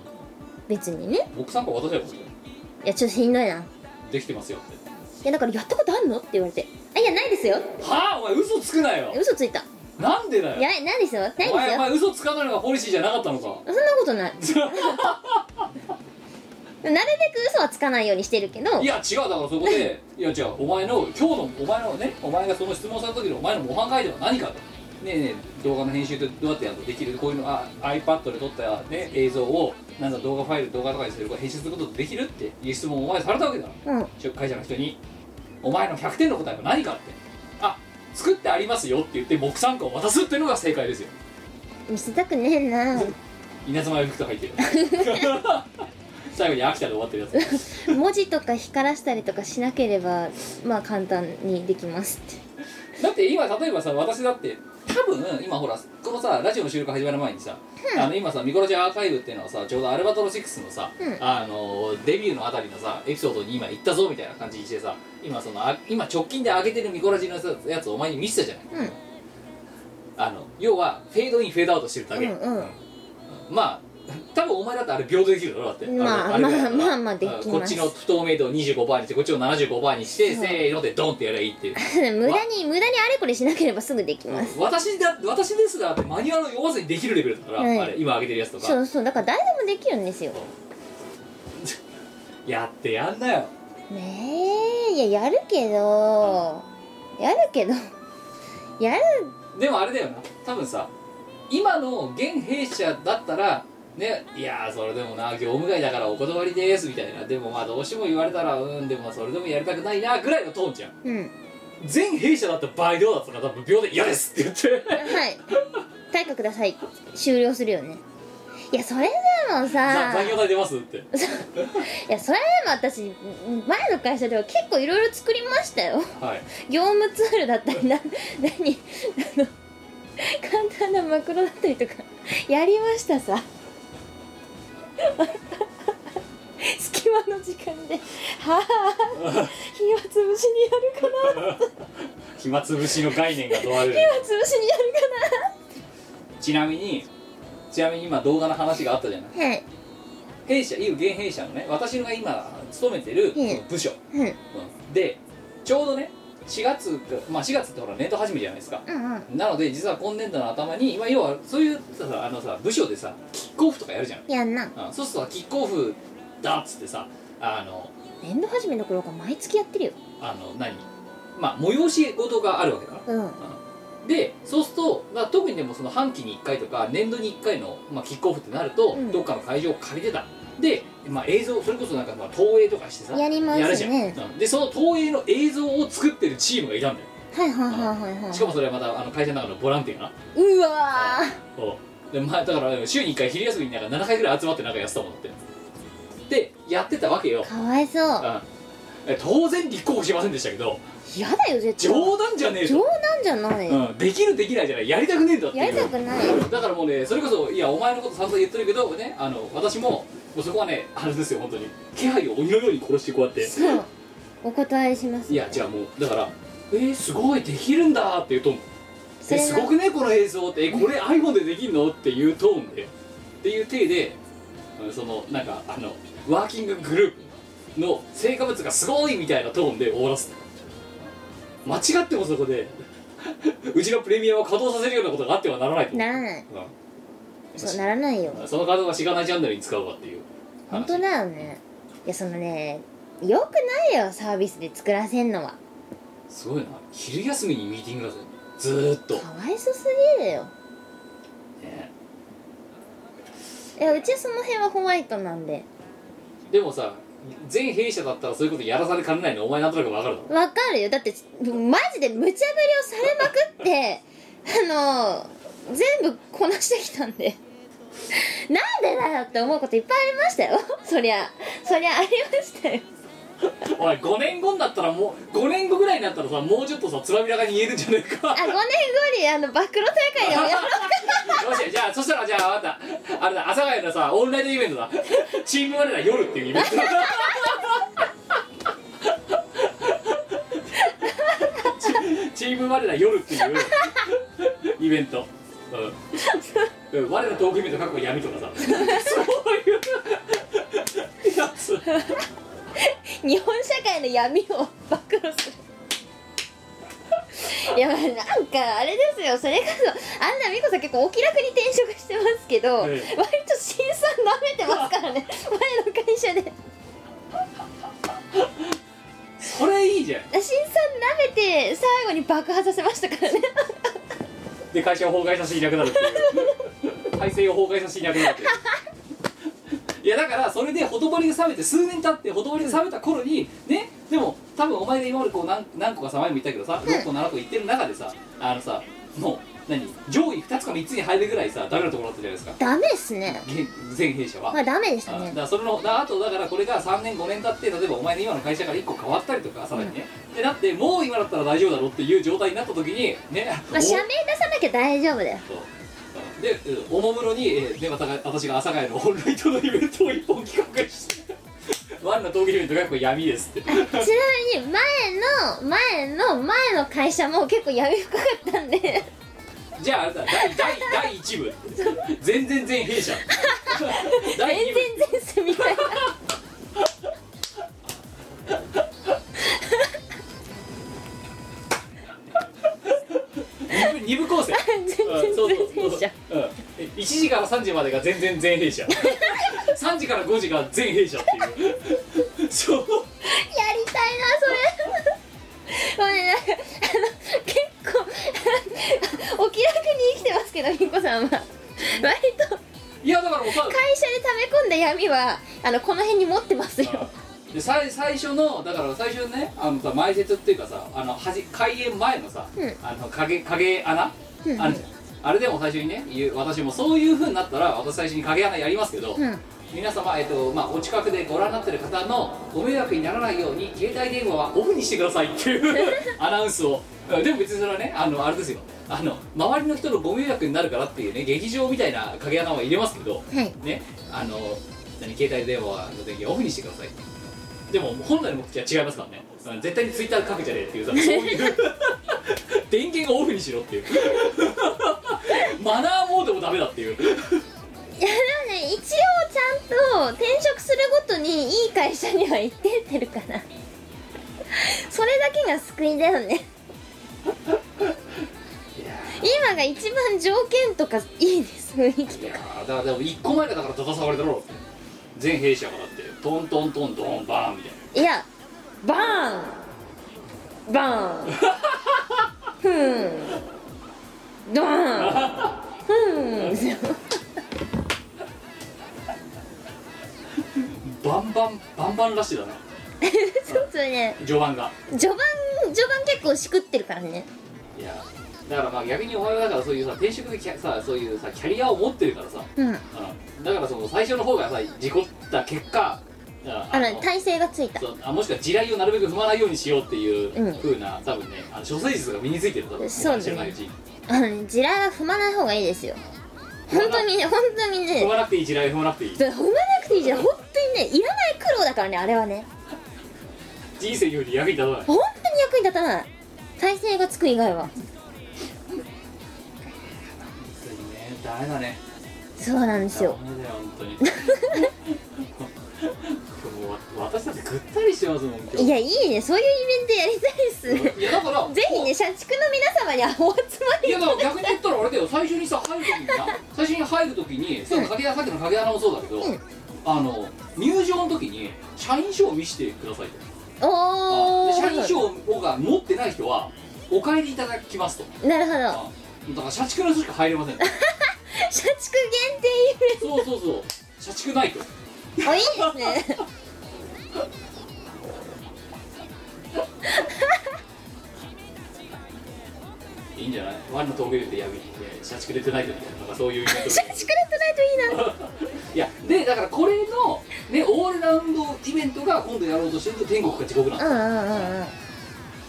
[SPEAKER 1] 別にね
[SPEAKER 3] 僕さんから渡せばいいじ
[SPEAKER 1] いやちょっとしんどいない
[SPEAKER 3] ゃんできてますよって
[SPEAKER 1] やだからやったことあんのって言われてあいやないですよ
[SPEAKER 3] はあお前嘘つくなよ
[SPEAKER 1] 嘘ついた
[SPEAKER 3] なんでだ
[SPEAKER 1] い
[SPEAKER 3] よ
[SPEAKER 1] やないですよないです
[SPEAKER 3] お前お
[SPEAKER 1] よ
[SPEAKER 3] 前嘘つかないのがポリシーじゃなかったのか
[SPEAKER 1] そんなことないなるべく嘘はつかないようにしてるけど
[SPEAKER 3] いや違うだからそこで いや違うお前の今日のお前のねお前がその質問された時のお前の模範解答は何かとねえねえ動画の編集ってどうやってやるのできるこういうのあ iPad で撮った、ね、映像をなんだ動画ファイル動画とかにするこれ編集することできるっていう質問をお前されたわけだ
[SPEAKER 1] うん
[SPEAKER 3] 会社の人に「お前の100点の答えは何か?」って「あ作ってありますよ」って言って木産庫を渡すっていうのが正解ですよ
[SPEAKER 1] 見せたくねえな
[SPEAKER 3] 稲妻が服と入って る最後に秋田で終わってるやつ
[SPEAKER 1] 文字とか光らせたりとかしなければまあ簡単にできますって
[SPEAKER 3] だって今例えばさ私だって多分今ほらこのさラジオの収録始まる前にさ、あの今さミコラジアアーカイブっていうのはさちょうどアルバトロ6のさ、
[SPEAKER 1] うん
[SPEAKER 3] あのデビューのあたりのさエピソードに今行ったぞみたいな感じにしてさ今そのあ今直近で上げてるミコラジのさやつをお前に見せたじゃない
[SPEAKER 1] うん
[SPEAKER 3] あの要はフェードインフェードアウトしてるだけ、
[SPEAKER 1] うんうん
[SPEAKER 3] まあ多分お前だってあれ秒でできるだろだって
[SPEAKER 1] まあ
[SPEAKER 3] れれぐらいだから
[SPEAKER 1] まあまあまあできます
[SPEAKER 3] こっちの不透明度を25%にしてこっちを75%にして
[SPEAKER 1] そう
[SPEAKER 3] せーのでドンってやればいいっていう
[SPEAKER 1] 無駄に無駄にあれこれしなければすぐできます
[SPEAKER 3] 私だ私ですらってマニュアルを読まずにできるレベルだから、
[SPEAKER 1] はい
[SPEAKER 3] あれ今上げてるやつと
[SPEAKER 1] そ
[SPEAKER 3] か
[SPEAKER 1] うそうだから誰でもできるんですよ
[SPEAKER 3] やってやんなよ
[SPEAKER 1] ねえいややるけどやるけどやる
[SPEAKER 3] でもあれだよな多分さ今の現弊社だったらねいやーそれでもな業務外だからお断りですみたいなでもまあどうしても言われたらうんでもまあそれでもやりたくないなぐらいのトーンじゃん
[SPEAKER 1] うん
[SPEAKER 3] 全弊社だったら倍量だったから多分秒で「嫌です」って言って
[SPEAKER 1] はい対価ください終了するよねいやそれでも
[SPEAKER 3] 「
[SPEAKER 1] さ
[SPEAKER 3] 残業代出ます」って
[SPEAKER 1] いやそれでも私前の会社では結構いろいろ作りましたよ
[SPEAKER 3] はい
[SPEAKER 1] 業務ツールだったりな 何あの簡単なマクロだったりとかやりましたさ 隙間の時間ではあ暇つぶしにやるかな
[SPEAKER 3] 暇つぶしの概念が問われる
[SPEAKER 1] 暇つぶしにやる
[SPEAKER 3] ちなみにちなみに今動画の話があったじゃない
[SPEAKER 1] かなはい
[SPEAKER 3] 弊社い現弊社のね私が今勤めてる
[SPEAKER 1] うん
[SPEAKER 3] その部署、
[SPEAKER 1] うん
[SPEAKER 3] うんでちょうどね4月かまあ4月ってほら年度始めじゃないですか
[SPEAKER 1] うんうん
[SPEAKER 3] なので実は今年度の頭に今要はそういうさあのさ部署でさキックオフとかやるじゃん、
[SPEAKER 1] やんな
[SPEAKER 3] うんそうするとさキックオフだっつってさあの
[SPEAKER 1] 年度始めの頃から毎月やってるよ
[SPEAKER 3] あの何まあ催し事があるわけだから
[SPEAKER 1] うんうん
[SPEAKER 3] でそうすると、まあ、特にでもその半期に1回とか年度に1回の、まあ、キックオフってなると、
[SPEAKER 1] うん
[SPEAKER 3] どっかの会場を借りてたで、まあ、映像それこそなんかまあ投影とかしてさ
[SPEAKER 1] やりますね
[SPEAKER 3] るじゃん、うんでその投影の映像を作ってるチームがいたんだよ
[SPEAKER 1] はいはいはいはいはい
[SPEAKER 3] しかもそれはまたあの会社の中のボランティアな
[SPEAKER 1] うわ
[SPEAKER 3] そうで、まあ、だから週に1回昼休みになんか7回ぐらい集まってなんかやってたもんだってでやってたわけよ
[SPEAKER 1] ー、かわいそう
[SPEAKER 3] うんえ当然立候補しませんでしたけど
[SPEAKER 1] やだよ絶対
[SPEAKER 3] 冗談じゃねえ
[SPEAKER 1] 冗
[SPEAKER 3] と、
[SPEAKER 1] 談じゃない、
[SPEAKER 3] うん、できるできないじゃないやりたくねえんだっていう
[SPEAKER 1] やりたくない
[SPEAKER 3] だからもうねそれこそいやお前のこと散々言ってるけどねあの私ももうそこはねあれですよ本当に気配を鬼のように殺してこうやって
[SPEAKER 1] そうお断りします
[SPEAKER 3] いや違うもうだからえー、すごいできるんだっていうトーン
[SPEAKER 1] そ
[SPEAKER 3] え
[SPEAKER 1] れ
[SPEAKER 3] す
[SPEAKER 1] な
[SPEAKER 3] ごくねこの映像ってえこれ iPhone でできんのっていうトーンでっていう体でうんそのなんかあのワーキンググループの成果物がすごいみたいなトーンで終わらす間違ってもそこで うちのプレミアムを稼働させるようなことがあってはならないと思う
[SPEAKER 1] ならない
[SPEAKER 3] うん
[SPEAKER 1] そうならないよ
[SPEAKER 3] そのカードがしがないチャンネルに使うかっていう
[SPEAKER 1] 本
[SPEAKER 3] 話
[SPEAKER 1] 当だよねいやそのねよくないよサービスで作らせんのは
[SPEAKER 3] すごいな昼休みにミーティングだぜずーっと、
[SPEAKER 1] かわいそすぎるよ
[SPEAKER 3] ね
[SPEAKER 1] いやうちはその辺はホワイトなんで
[SPEAKER 3] でもさ全弊社だったらそういうことやらされかねないのお前なんとなくわかるだろ
[SPEAKER 1] わかるよだってマジで無茶ぶりをされまくって あの全部こなしてきたんでなんでだよって思うこといっぱいありましたよそりゃそりゃありましたよ
[SPEAKER 3] おい5年後になったらもう5年後ぐらいになったらさもうちょっとさつらびらかに言えるんじゃねえか
[SPEAKER 1] あ5年後にあの暴露大会でもやろう
[SPEAKER 3] よしじゃあそしたらじゃああなたあれだ阿佐ヶ谷のさオンラインイベントだチーム我ら夜っていうイベントだ チチーム我ら夜っていうイベントうんうん我らトークイベント過去闇とかさそういうやつ
[SPEAKER 1] 日本社会の闇を 暴露するいやまあなんかあれですよそれこそあんな美子さん結構お気楽に転職してますけど、
[SPEAKER 3] ええ
[SPEAKER 1] 割と新さん舐めてますからね前の会社で
[SPEAKER 3] じゃ
[SPEAKER 1] 新
[SPEAKER 3] ん
[SPEAKER 1] さん舐めて最後に爆破させましたからね
[SPEAKER 3] で会社を崩壊させていなくなるって いう体制を崩壊させていなくなるっていういやだからそれでほとぼりが冷めて数年経ってほとぼりが冷めた頃にねでも多分お前が今までこう何何個かさ前も言ったけどさ6個7個言ってる中でさあのさもう何上位2つか3つに入るぐらいさダメなところだったじゃないですか
[SPEAKER 1] ダメっすね
[SPEAKER 3] げ全弊社は
[SPEAKER 1] まあダメでし
[SPEAKER 3] あ
[SPEAKER 1] た
[SPEAKER 3] だ
[SPEAKER 1] ね
[SPEAKER 3] からそれのだあとだからこれが3年5年経って例えばお前の今の会社から1個変わったりとかさらにね、でだってもう今だったら大丈夫だろうっていう状態になった時にね、
[SPEAKER 1] まあ社名出さなきゃ大丈夫 だよ
[SPEAKER 3] そううんでうんおもむろに、えーでまたが私が阿佐ヶ谷のオンライトのイベントを一本企画して 「我の闘技イベントがこれ闇です」って
[SPEAKER 1] ちなみに前の前の前の会社も結構闇深かったんで
[SPEAKER 3] じゃああれだ第第第1部全然全 弊社第
[SPEAKER 1] 全然
[SPEAKER 3] 2部
[SPEAKER 1] 前世みたいな
[SPEAKER 3] 2, 部二部構成
[SPEAKER 1] 全然
[SPEAKER 3] うんそうそう
[SPEAKER 1] 前
[SPEAKER 3] そう
[SPEAKER 1] 世
[SPEAKER 3] うんえ1時から3時までが全然全 弊社3時から5時が全弊社っていうそう
[SPEAKER 1] やりたいなそれもうねなんかあの結構お気楽に生きてますけどみんこさんは割と
[SPEAKER 3] いやだからもうさ
[SPEAKER 1] 会社で溜め込んだ闇はあのこの辺に持ってますよ
[SPEAKER 3] で最最初のだから最初ねあのさ前説っていうかさあのはじ開演前のさ、
[SPEAKER 1] うん
[SPEAKER 3] あの影影穴、
[SPEAKER 1] うん
[SPEAKER 3] あるじゃんあれでも最初にね言う私もそういうふうになったら私最初に影穴やりますけど、
[SPEAKER 1] うん
[SPEAKER 3] 皆様、えっとまあ、お近くでご覧になってる方のご迷惑にならないように携帯電話はオフにしてくださいっていう アナウンスをうんでも別にそれはねあのあれですよあの周りの人のご迷惑になるからっていうね劇場みたいな影穴は入れますけど、
[SPEAKER 1] はい
[SPEAKER 3] ねあの何携帯電話の電源はオフにしてくださいでも本来の目的は違いますからねうん絶対にツイッター書くじゃねえっ ていうさそういう 電源をオフにしろっていう マナーモードもダメだっていう
[SPEAKER 1] いやでもね一応ちゃんと転職するごとにいい会社には行ってってるからそれだけが救いだよね今が一番条件とかいいです雰囲気
[SPEAKER 3] いやーだからでも1個前がだからダダ下がりだろうって全弊社がだってトントントンドンバーンみたい
[SPEAKER 1] いやバーンバーンふーんドーンふーん ですよ
[SPEAKER 3] なバンバンバンバンらしいだな
[SPEAKER 1] ちょっとね
[SPEAKER 3] 序盤が
[SPEAKER 1] 序盤序盤結構しくってるからね
[SPEAKER 3] いやーだからまあ逆にお前はだからそういうさ転職でキャさそういうさキャリアを持ってるからさ、
[SPEAKER 1] うん
[SPEAKER 3] うん、だからその最初の方がさ事故った結果うん
[SPEAKER 1] あ
[SPEAKER 3] の
[SPEAKER 1] の体勢がついた
[SPEAKER 3] そうあもしくは地雷をなるべく踏まないようにしようっていう
[SPEAKER 1] うん
[SPEAKER 3] 風な、多分ねあの処世術が身についてる多分
[SPEAKER 1] そうね
[SPEAKER 3] 知らないうちに
[SPEAKER 1] あのね地雷は踏まない方がいいですよ本当にね本当にね
[SPEAKER 3] 踏まなくていい地雷踏まなくていい
[SPEAKER 1] 踏まなくていいじゃん本当にねいらない苦労だからねあれはね
[SPEAKER 3] 人生より役に立たない
[SPEAKER 1] 本当に役に立たない体勢がつく以外は
[SPEAKER 3] 本当にねダメだね
[SPEAKER 1] そうなんですよ
[SPEAKER 3] ダメだよ本当にもうわ私だってぐったりしてますもん今日
[SPEAKER 1] いやいいねそういうイベントやりたいっすね
[SPEAKER 3] いやだから
[SPEAKER 1] ぜひね社畜の皆様にお集ま
[SPEAKER 3] い
[SPEAKER 1] り
[SPEAKER 3] やだから逆に言ったらあれだよ最初にさ入る時にな最初に入る時にその影屋さっきの影穴もそうだけど、
[SPEAKER 1] うん
[SPEAKER 3] あの入場の時に社員証を見せてくださいと
[SPEAKER 1] お
[SPEAKER 3] で社員
[SPEAKER 1] ー
[SPEAKER 3] 証をが持ってない人はお帰りいただきますと
[SPEAKER 1] なるほ
[SPEAKER 3] あ
[SPEAKER 1] ど
[SPEAKER 3] だから社畜の人しか入れません
[SPEAKER 1] 社畜限定
[SPEAKER 3] そうそうそう社畜ないと
[SPEAKER 1] イベントおいい ですね
[SPEAKER 3] いいんじゃないワンの峠でやめて社畜出てないとみたいななんかそういうイベントみたいな
[SPEAKER 1] 社 畜だとないといいない
[SPEAKER 3] やでだからこれの、ね、オールラウンドイベントが今度やろうとしてると天国か地獄なんだ
[SPEAKER 1] うんうんうんうん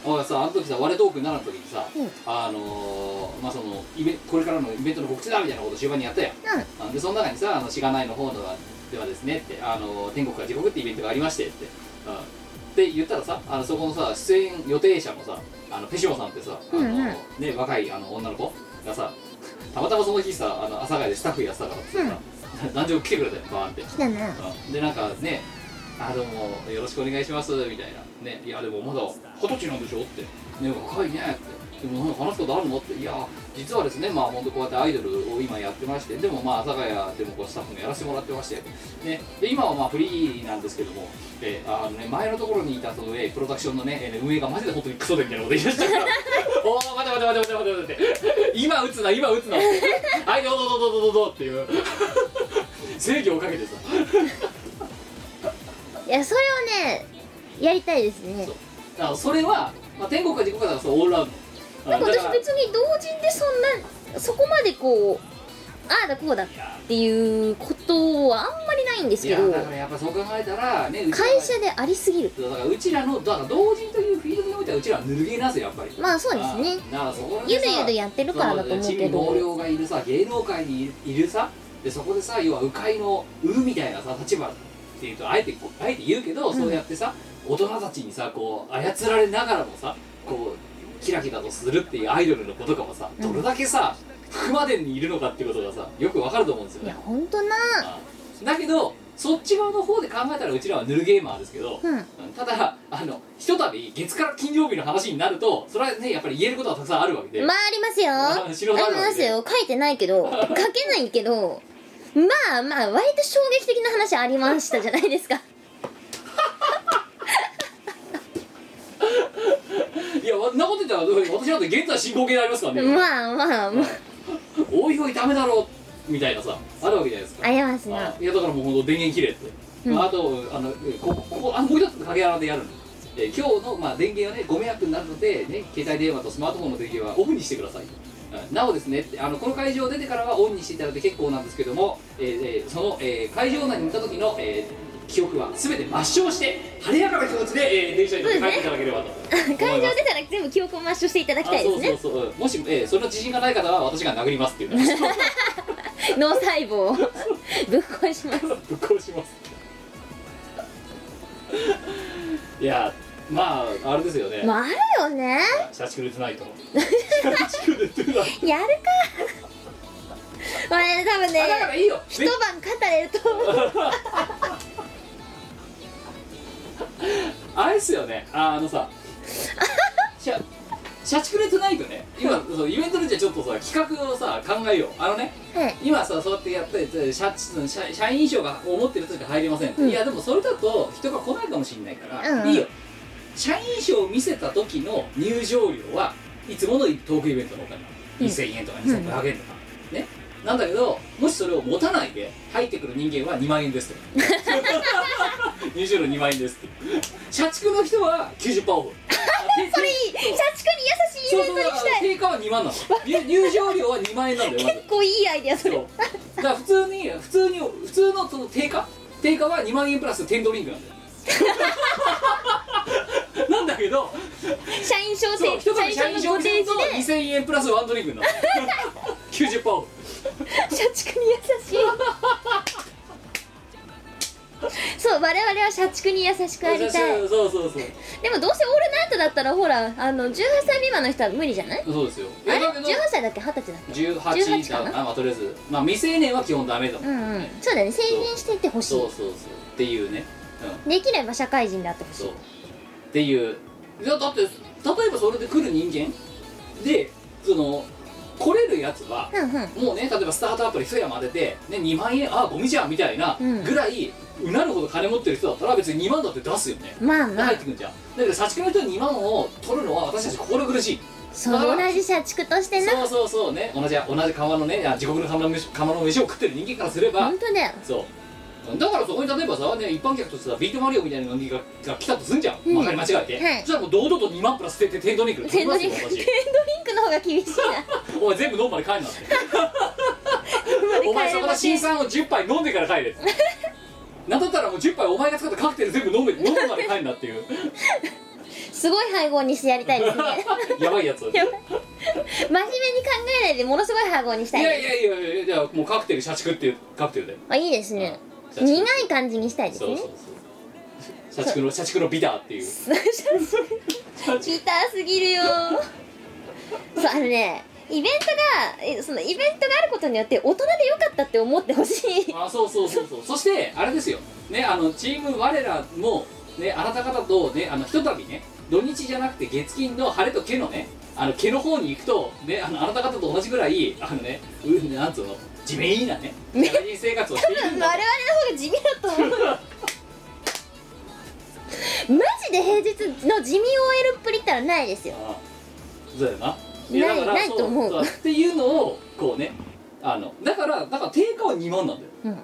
[SPEAKER 3] おいさあの時さ割れトークにならん時にさ、
[SPEAKER 1] うん
[SPEAKER 3] あのーまあそのイベこれからのイベントの告知だみたいなこと終盤にやったやんあでその中にさ「あのしがないの方のはではですね」ってあの「天国か地獄」ってイベントがありましてって、うん、って言ったらさあのそこのさ出演予定者のさあのペシモさんってさあの、
[SPEAKER 1] うんうん
[SPEAKER 3] ね、若いあの女の子がさたまたまその日さあの朝帰りでスタッフやってたからってさ、壇上来てくれたよバーンって、
[SPEAKER 1] 来たな
[SPEAKER 3] うん、でなんかね「あどうもよろしくお願いします」みたいな「ねいやでもまだ二十歳なんでしょ?」ってね若いねってでもなんか話すことあるのっていや実はですねまあ本当こうやってアイドルを今やってましてでもまあ阿佐ヶ谷でもこうスタッフもやらせてもらってまして、ね、で今はまあフリーなんですけどもであの、ね、前のところにいたその、えープロダクションのね、えー運営がマジで本当にクソでみたいなこと言いました からおお待て待て待て待て待て待て今打つな今打つなってはいどうぞどうぞどうぞどうぞっていう 正義をかけてさ
[SPEAKER 1] いやそれをねやりたいですね
[SPEAKER 3] そうだからそれは、まあ、天国か地獄かだからそうオールラウンド
[SPEAKER 1] なんか
[SPEAKER 3] だ
[SPEAKER 1] 私
[SPEAKER 3] から
[SPEAKER 1] 別に同人でそんなそこまでこうああだこうだっていうことはあんまりないんです
[SPEAKER 3] い
[SPEAKER 1] け
[SPEAKER 3] や
[SPEAKER 1] ど
[SPEAKER 3] だからやっぱそう考えたらねうちら
[SPEAKER 1] 会社でありすぎる
[SPEAKER 3] だからうちらのだから同人というフィールドにおいてはうちらはぬるげなんですよやっぱり
[SPEAKER 1] まあそうですね
[SPEAKER 3] あだからそこらで
[SPEAKER 1] ゆ
[SPEAKER 3] さ
[SPEAKER 1] るゆるやってるからだと思うけ
[SPEAKER 3] そのチーム同
[SPEAKER 1] ど
[SPEAKER 3] 僚がいるさ芸能界にいるさでそこでさ要は鵜飼の「う」みたいなさ立場っていうとあえてあえて言うけど、そうやってさ大人たちにさこう操られながらもさこうキラキラとするっていうアイドルの子とかもさどれだけさ熊殿にいるのかっていうことがさよくわかると思うんですよ
[SPEAKER 1] い
[SPEAKER 3] ね
[SPEAKER 1] やほんとな
[SPEAKER 3] だけどそっち側の方で考えたらうちらはヌルゲーマーですけど、
[SPEAKER 1] うん
[SPEAKER 3] ただあのひとたび月から金曜日の話になるとそれはねやっぱり言えることはたくさんあるわけで、
[SPEAKER 1] まあありますよあ
[SPEAKER 3] あ
[SPEAKER 1] り
[SPEAKER 3] 素人あるわけ
[SPEAKER 1] ますよ書いてないけど書けないけどまあまあ割と衝撃的な話ありましたじゃないですか
[SPEAKER 3] いやそんなこと言ったら私なんて現在進行形でありますからね、
[SPEAKER 1] まあまあまあ
[SPEAKER 3] おいおいダメだろみたいなさあるわけじゃないですか
[SPEAKER 1] ありますない
[SPEAKER 3] やだからもうほんと電源切れって、
[SPEAKER 1] うん
[SPEAKER 3] あとあのこここあもう一つ影穴でやるのえ今日の、まあ、電源はねご迷惑になるので、ね、携帯電話とスマートフォンの電源はオフにしてくださいうんなおですねってあのこの会場を出てからはオンにしていただいて結構なんですけども、えーえーその、えー会場内にいた時の、えー記憶は全て抹消して晴れやかな気持ちで、えー電車に乗って帰っていただければと
[SPEAKER 1] 会場出たら全部記憶を抹消していただきたいですね
[SPEAKER 3] あそうそうそううんもし、えーその自信がない方は私が殴ります っていう話
[SPEAKER 1] 脳細胞 をぶっ壊します
[SPEAKER 3] ぶっ殺しますいやまああれですよね、
[SPEAKER 1] まああるよね
[SPEAKER 3] 社畜で つないと社畜でつない
[SPEAKER 1] や るか俺多分
[SPEAKER 3] あだか
[SPEAKER 1] ね
[SPEAKER 3] らいいよ
[SPEAKER 1] 一晩語れると思う
[SPEAKER 3] あれですよねああのさ社社畜でつないとね今そうイベントでじゃあちょっとさ企画をさ考えようあのね
[SPEAKER 1] はい
[SPEAKER 3] 今さそうやってやって社社社員証が思ってる人しか入れませんって、
[SPEAKER 1] うん
[SPEAKER 3] いやでもそれだと人が来ないかもしれないから、
[SPEAKER 1] うんうん
[SPEAKER 3] いいよ社員証を見せた時の入場料はいつものトークイベントのお金、
[SPEAKER 1] うん
[SPEAKER 3] 2000円とか2500円とか、ねなんだけどもしそれを持たないで入ってくる人間は2万円ですと 入場料2万円ですって社畜の人は90%オフ それい
[SPEAKER 1] 社畜に優しいイベントにし
[SPEAKER 3] そう
[SPEAKER 1] たい
[SPEAKER 3] 定価は2万なの入入場料は2万円なんだよまず
[SPEAKER 1] 結構いいアイディアそれ
[SPEAKER 3] そうだから普通に普通に普通のその定価定価は2万円プラステンドリンクなんだよ なんだけど
[SPEAKER 1] 社員証
[SPEAKER 3] そう
[SPEAKER 1] 定
[SPEAKER 3] 一
[SPEAKER 1] 社
[SPEAKER 3] 株
[SPEAKER 1] 員
[SPEAKER 3] 社員
[SPEAKER 1] 証の
[SPEAKER 3] 証
[SPEAKER 1] ご
[SPEAKER 3] す
[SPEAKER 1] 提
[SPEAKER 3] る
[SPEAKER 1] 示
[SPEAKER 3] と
[SPEAKER 1] で
[SPEAKER 3] 2000円プラスワンドリンクなん だよ90%オフ
[SPEAKER 1] 社畜に優 しいそう我々は社畜に優しくありたい
[SPEAKER 3] そうそうそうそう
[SPEAKER 1] でもどうせオールナイトだったらほらあの18歳未満の人は無理じゃない
[SPEAKER 3] そうですよ
[SPEAKER 1] あれ
[SPEAKER 3] だけ
[SPEAKER 1] 18
[SPEAKER 3] ど
[SPEAKER 1] 歳だっけ20歳だっけ
[SPEAKER 3] 18
[SPEAKER 1] 18
[SPEAKER 3] だ
[SPEAKER 1] か
[SPEAKER 3] な
[SPEAKER 1] な
[SPEAKER 3] まあとりあえずまあ未成年は基本ダメだもん、
[SPEAKER 1] うんうんそうだよね成人していってほし
[SPEAKER 3] そう
[SPEAKER 1] い
[SPEAKER 3] そうそうっていうねうん
[SPEAKER 1] できれば社会人であってほし
[SPEAKER 3] そう
[SPEAKER 1] い
[SPEAKER 3] っていういやだって例えばそれで来る人間でその来れるやつは
[SPEAKER 1] う、んうん
[SPEAKER 3] もうね例えばスタートアップで一山当てて、ね、2万円ああゴミじゃんみたいな
[SPEAKER 1] うん
[SPEAKER 3] ぐらい、うなるほど金持ってる人だったら別に2万だって出すよね
[SPEAKER 1] まあ
[SPEAKER 3] で
[SPEAKER 1] ま
[SPEAKER 3] 入っ
[SPEAKER 1] あ
[SPEAKER 3] てくんじゃんだけど社畜の人に2万を取るのは私たち心苦しい
[SPEAKER 1] そう同じ社畜としてな
[SPEAKER 3] そうそうそうね同じ同じ釜のねあ地獄の釜の飯釜の飯を食ってる人間からすれば、
[SPEAKER 1] 本当だよ
[SPEAKER 3] そうだからそこに例えばさ、ね、一般客としてさビートマリオみたいな人間がが来たとすんじゃん、
[SPEAKER 1] ん
[SPEAKER 3] まかり間違えて、
[SPEAKER 1] はい
[SPEAKER 3] そしたらもう堂々と2万プラス捨ててテントに来る
[SPEAKER 1] 天丼リンク天丼リンクの方が厳しい
[SPEAKER 3] お前全部飲むまで帰んなってお前そこで新酸を10杯飲んでから帰れってなんだったらもう10杯お前が使ったカクテル全 部飲め飲むまで帰んなってい
[SPEAKER 1] な
[SPEAKER 3] う
[SPEAKER 1] すごい配合にしてやりたい ですね
[SPEAKER 3] やばいやつ
[SPEAKER 1] やばい真面目に考えないでものすごい配合にし
[SPEAKER 3] い
[SPEAKER 1] たい
[SPEAKER 3] や
[SPEAKER 1] で
[SPEAKER 3] い
[SPEAKER 1] す
[SPEAKER 3] やいやいやいやもうカクテル社畜っていうカクテルで
[SPEAKER 1] あいいですね
[SPEAKER 3] 社畜
[SPEAKER 1] 苦い感じにしたいです
[SPEAKER 3] そう
[SPEAKER 1] ね
[SPEAKER 3] そうそう社畜の社畜のビターっていう
[SPEAKER 1] ビターすぎるよそうあのねイベントがえそのイベントがあることによって大人でよかったって思ってほしい
[SPEAKER 3] あそうそうそうそうそしてあれですよねあのチーム我らもね、あなた方と、ね、あのひとたびね土日じゃなくて月金の晴れと毛のねあの毛の方に行くと、ね、あのあなた方と同じぐらいあのねうなんつうの地面いいなね社会人生活をしてい
[SPEAKER 1] 多
[SPEAKER 3] る
[SPEAKER 1] 分我
[SPEAKER 3] ん
[SPEAKER 1] 々の
[SPEAKER 3] だ
[SPEAKER 1] 方が地味だと思うマジで平日の地味 OL っぷりったらないですよ
[SPEAKER 3] ああそうだよないや
[SPEAKER 1] ない
[SPEAKER 3] だから
[SPEAKER 1] ないと思う
[SPEAKER 3] そだっていうのをこうねあのだからだから定価は2万なんだよ、
[SPEAKER 1] うん
[SPEAKER 3] うん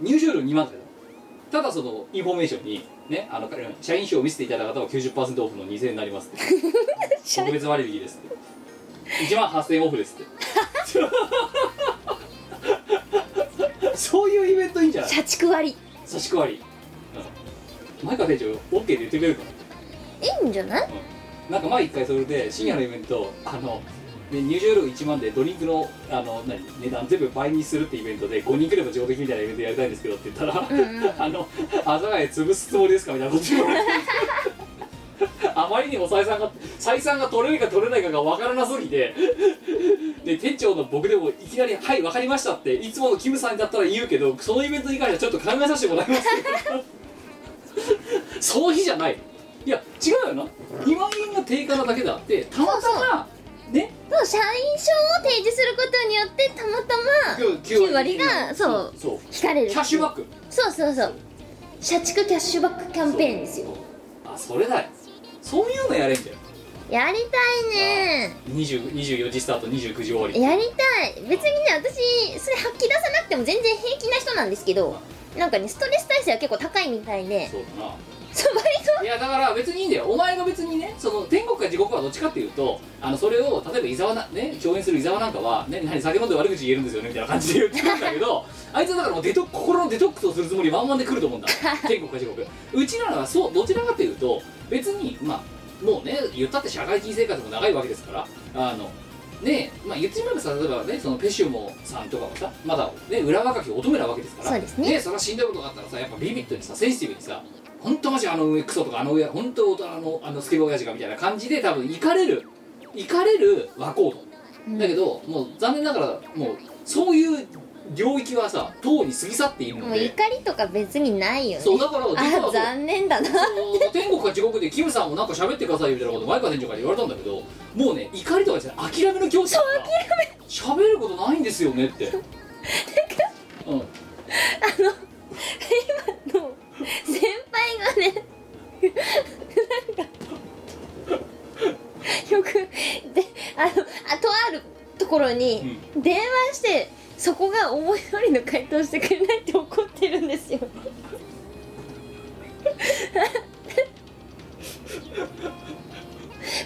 [SPEAKER 3] 入場料2万だよただそのインフォメーションにねあの社員証を見せていただいた方は90%オフの2000円にな りますって特別割引ですって1万8000円オフです ってそういうイベントいいんじゃない
[SPEAKER 1] 社畜割い
[SPEAKER 3] 差し込まり、うん、前川店長 OK って言ってくれるかない
[SPEAKER 1] んじゃない
[SPEAKER 3] なんか前一回それで深夜のイベント、あので入場料1万でドリンクのあの何値段全部倍にするってイベントで5人くれば上出来みたいなイベントやりたいんですけどって言ったら「
[SPEAKER 1] んうん
[SPEAKER 3] あの阿佐ヶ谷潰すつもりですか?」みたいなこと 言われてあまりにも採算が採算が取れるか取れないかが分からなすぎてで店長の僕でもいきなり「はい分かりました」っていつものキムさんだったら言うけどそのイベントに関してはちょっと考えさせてもらいますけど その日じゃないいや違うよな2万円が定価なだけであってたまたまね
[SPEAKER 1] そう社員証を提示することによってたまたま
[SPEAKER 3] 9
[SPEAKER 1] 9割がそう
[SPEAKER 3] そう
[SPEAKER 1] 引かれる
[SPEAKER 3] キャッシュバック
[SPEAKER 1] そうそうそう社畜キャッシュバックキャンペーンですよ
[SPEAKER 3] あそれだよそういうのやれんだよ
[SPEAKER 1] やりたいね
[SPEAKER 3] 20 24時スタート29時終わり
[SPEAKER 1] やりたい別にね私それ吐き出さなくても全然平気な人なんですけどなんかねストレス耐性は結構高いみたいで
[SPEAKER 3] そうだな
[SPEAKER 1] そう割と
[SPEAKER 3] いやだから別にいいんだよお前が別にねその天国か地獄はどっちかっていうとあのそれを例えば伊沢なね共演する伊沢なんかは「ね何酒飲んで悪口言えるんですよね」みたいな感じで言ってくるんだけどあいつはだからもうデト心のデトックスをするつもり満々で来ると思うんだ天国か地獄うちらはそうどちらかというと別にまあもうね言ったって社会人生活も長いわけですからあのねまあ言ってしまえばさ例えばねそのペシュモさんとかはさまだね裏若き乙女なわけですから
[SPEAKER 1] そうですね
[SPEAKER 3] それはしんどいことがあったらさやっぱビビットにさセンシティブにさ本当マジあの上クソとかあの上本当大人のあのスケベ親父がみたいな感じで多分行かれる行かれる和光
[SPEAKER 1] うん
[SPEAKER 3] だけどもう残念ながらもうそういう領域はさとうに過ぎ去っているの
[SPEAKER 1] もう
[SPEAKER 3] で
[SPEAKER 1] 怒りとか別にないよね
[SPEAKER 3] そうだから実
[SPEAKER 1] あ
[SPEAKER 3] はそう
[SPEAKER 1] 残念だな
[SPEAKER 3] そう天国か地獄でキムさんもなんか喋ってくださいみたいなこと前川店長から言われたんだけどもうね怒りとかじゃない諦めの境地だから喋ることないんですよねってう
[SPEAKER 1] あ
[SPEAKER 3] ん
[SPEAKER 1] の先輩がねなんかよくであのあとあるところに電話して、そこが思い通りの回答してくれないって怒ってるんですよ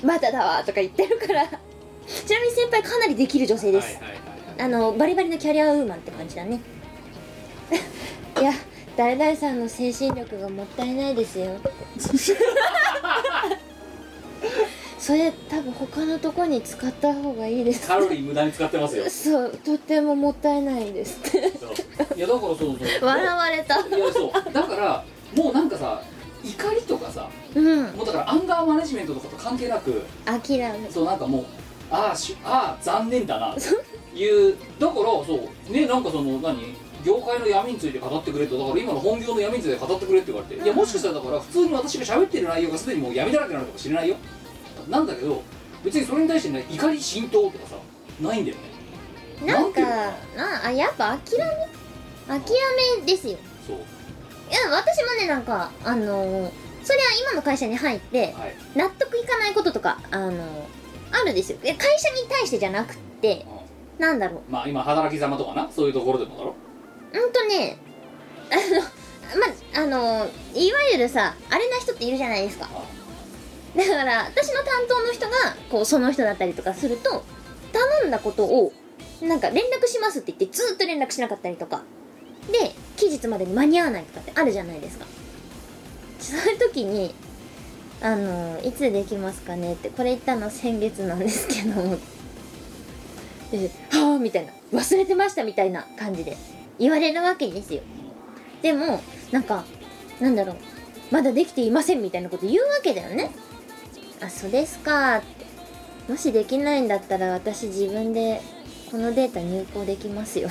[SPEAKER 1] まだだわとか言ってるからちなみに先輩かなりできる女性です、
[SPEAKER 3] はいはいはい
[SPEAKER 1] あのバリバリのキャリアウーマンって感じだね いや誰々さんの精神力がもったいないですよ それ多分他のとこに使った方がいいです
[SPEAKER 3] カロリー無駄に使ってますよ
[SPEAKER 1] そうとてももったいないです って
[SPEAKER 3] いやだからそうそう
[SPEAKER 1] 笑われた
[SPEAKER 3] いやそうだからもうなんかさ怒りとかさ
[SPEAKER 1] うん
[SPEAKER 3] もうだからアンガーマネジメントとかと関係なく
[SPEAKER 1] 諦め
[SPEAKER 3] そうなんかもうああしああ残念だないうだからそうねなんかその何業界の闇について語ってくれとだから今の本業の闇について語ってくれって言われていやもしかしたらだから普通に私が喋ってる内容がすでにもう闇だらけなのかもしれないよなんだけど別にそれに対してね怒り浸透とかさないんだよね
[SPEAKER 1] なんか
[SPEAKER 3] なんていうの
[SPEAKER 1] なあやっぱ諦め諦めですよ
[SPEAKER 3] そう
[SPEAKER 1] いや私もねなんかあのーそりゃ今の会社に入って
[SPEAKER 3] はい
[SPEAKER 1] 納得いかないこととかあのあるですよいや会社に対してじゃなくって
[SPEAKER 3] う
[SPEAKER 1] なんだろ
[SPEAKER 3] んまあ今働き様とかなそういうところでもだろ
[SPEAKER 1] ううんとねあのまあのいわゆるさあれな人っているじゃないですかだから私の担当の人がこうその人だったりとかすると頼んだことをなんか連絡しますって言ってずっと連絡しなかったりとかで期日までに間に合わないとかってあるじゃないですかそういう時に「あのいつできますかね?」ってこれ言ったの先月なんですけどで「はあ」みたいな「忘れてました」みたいな感じで言われるわけですよでもなんかなんだろうまだできていませんみたいなこと言うわけだよねあそうですかってもしできないんだったら私自分でこのデータ入稿できますよ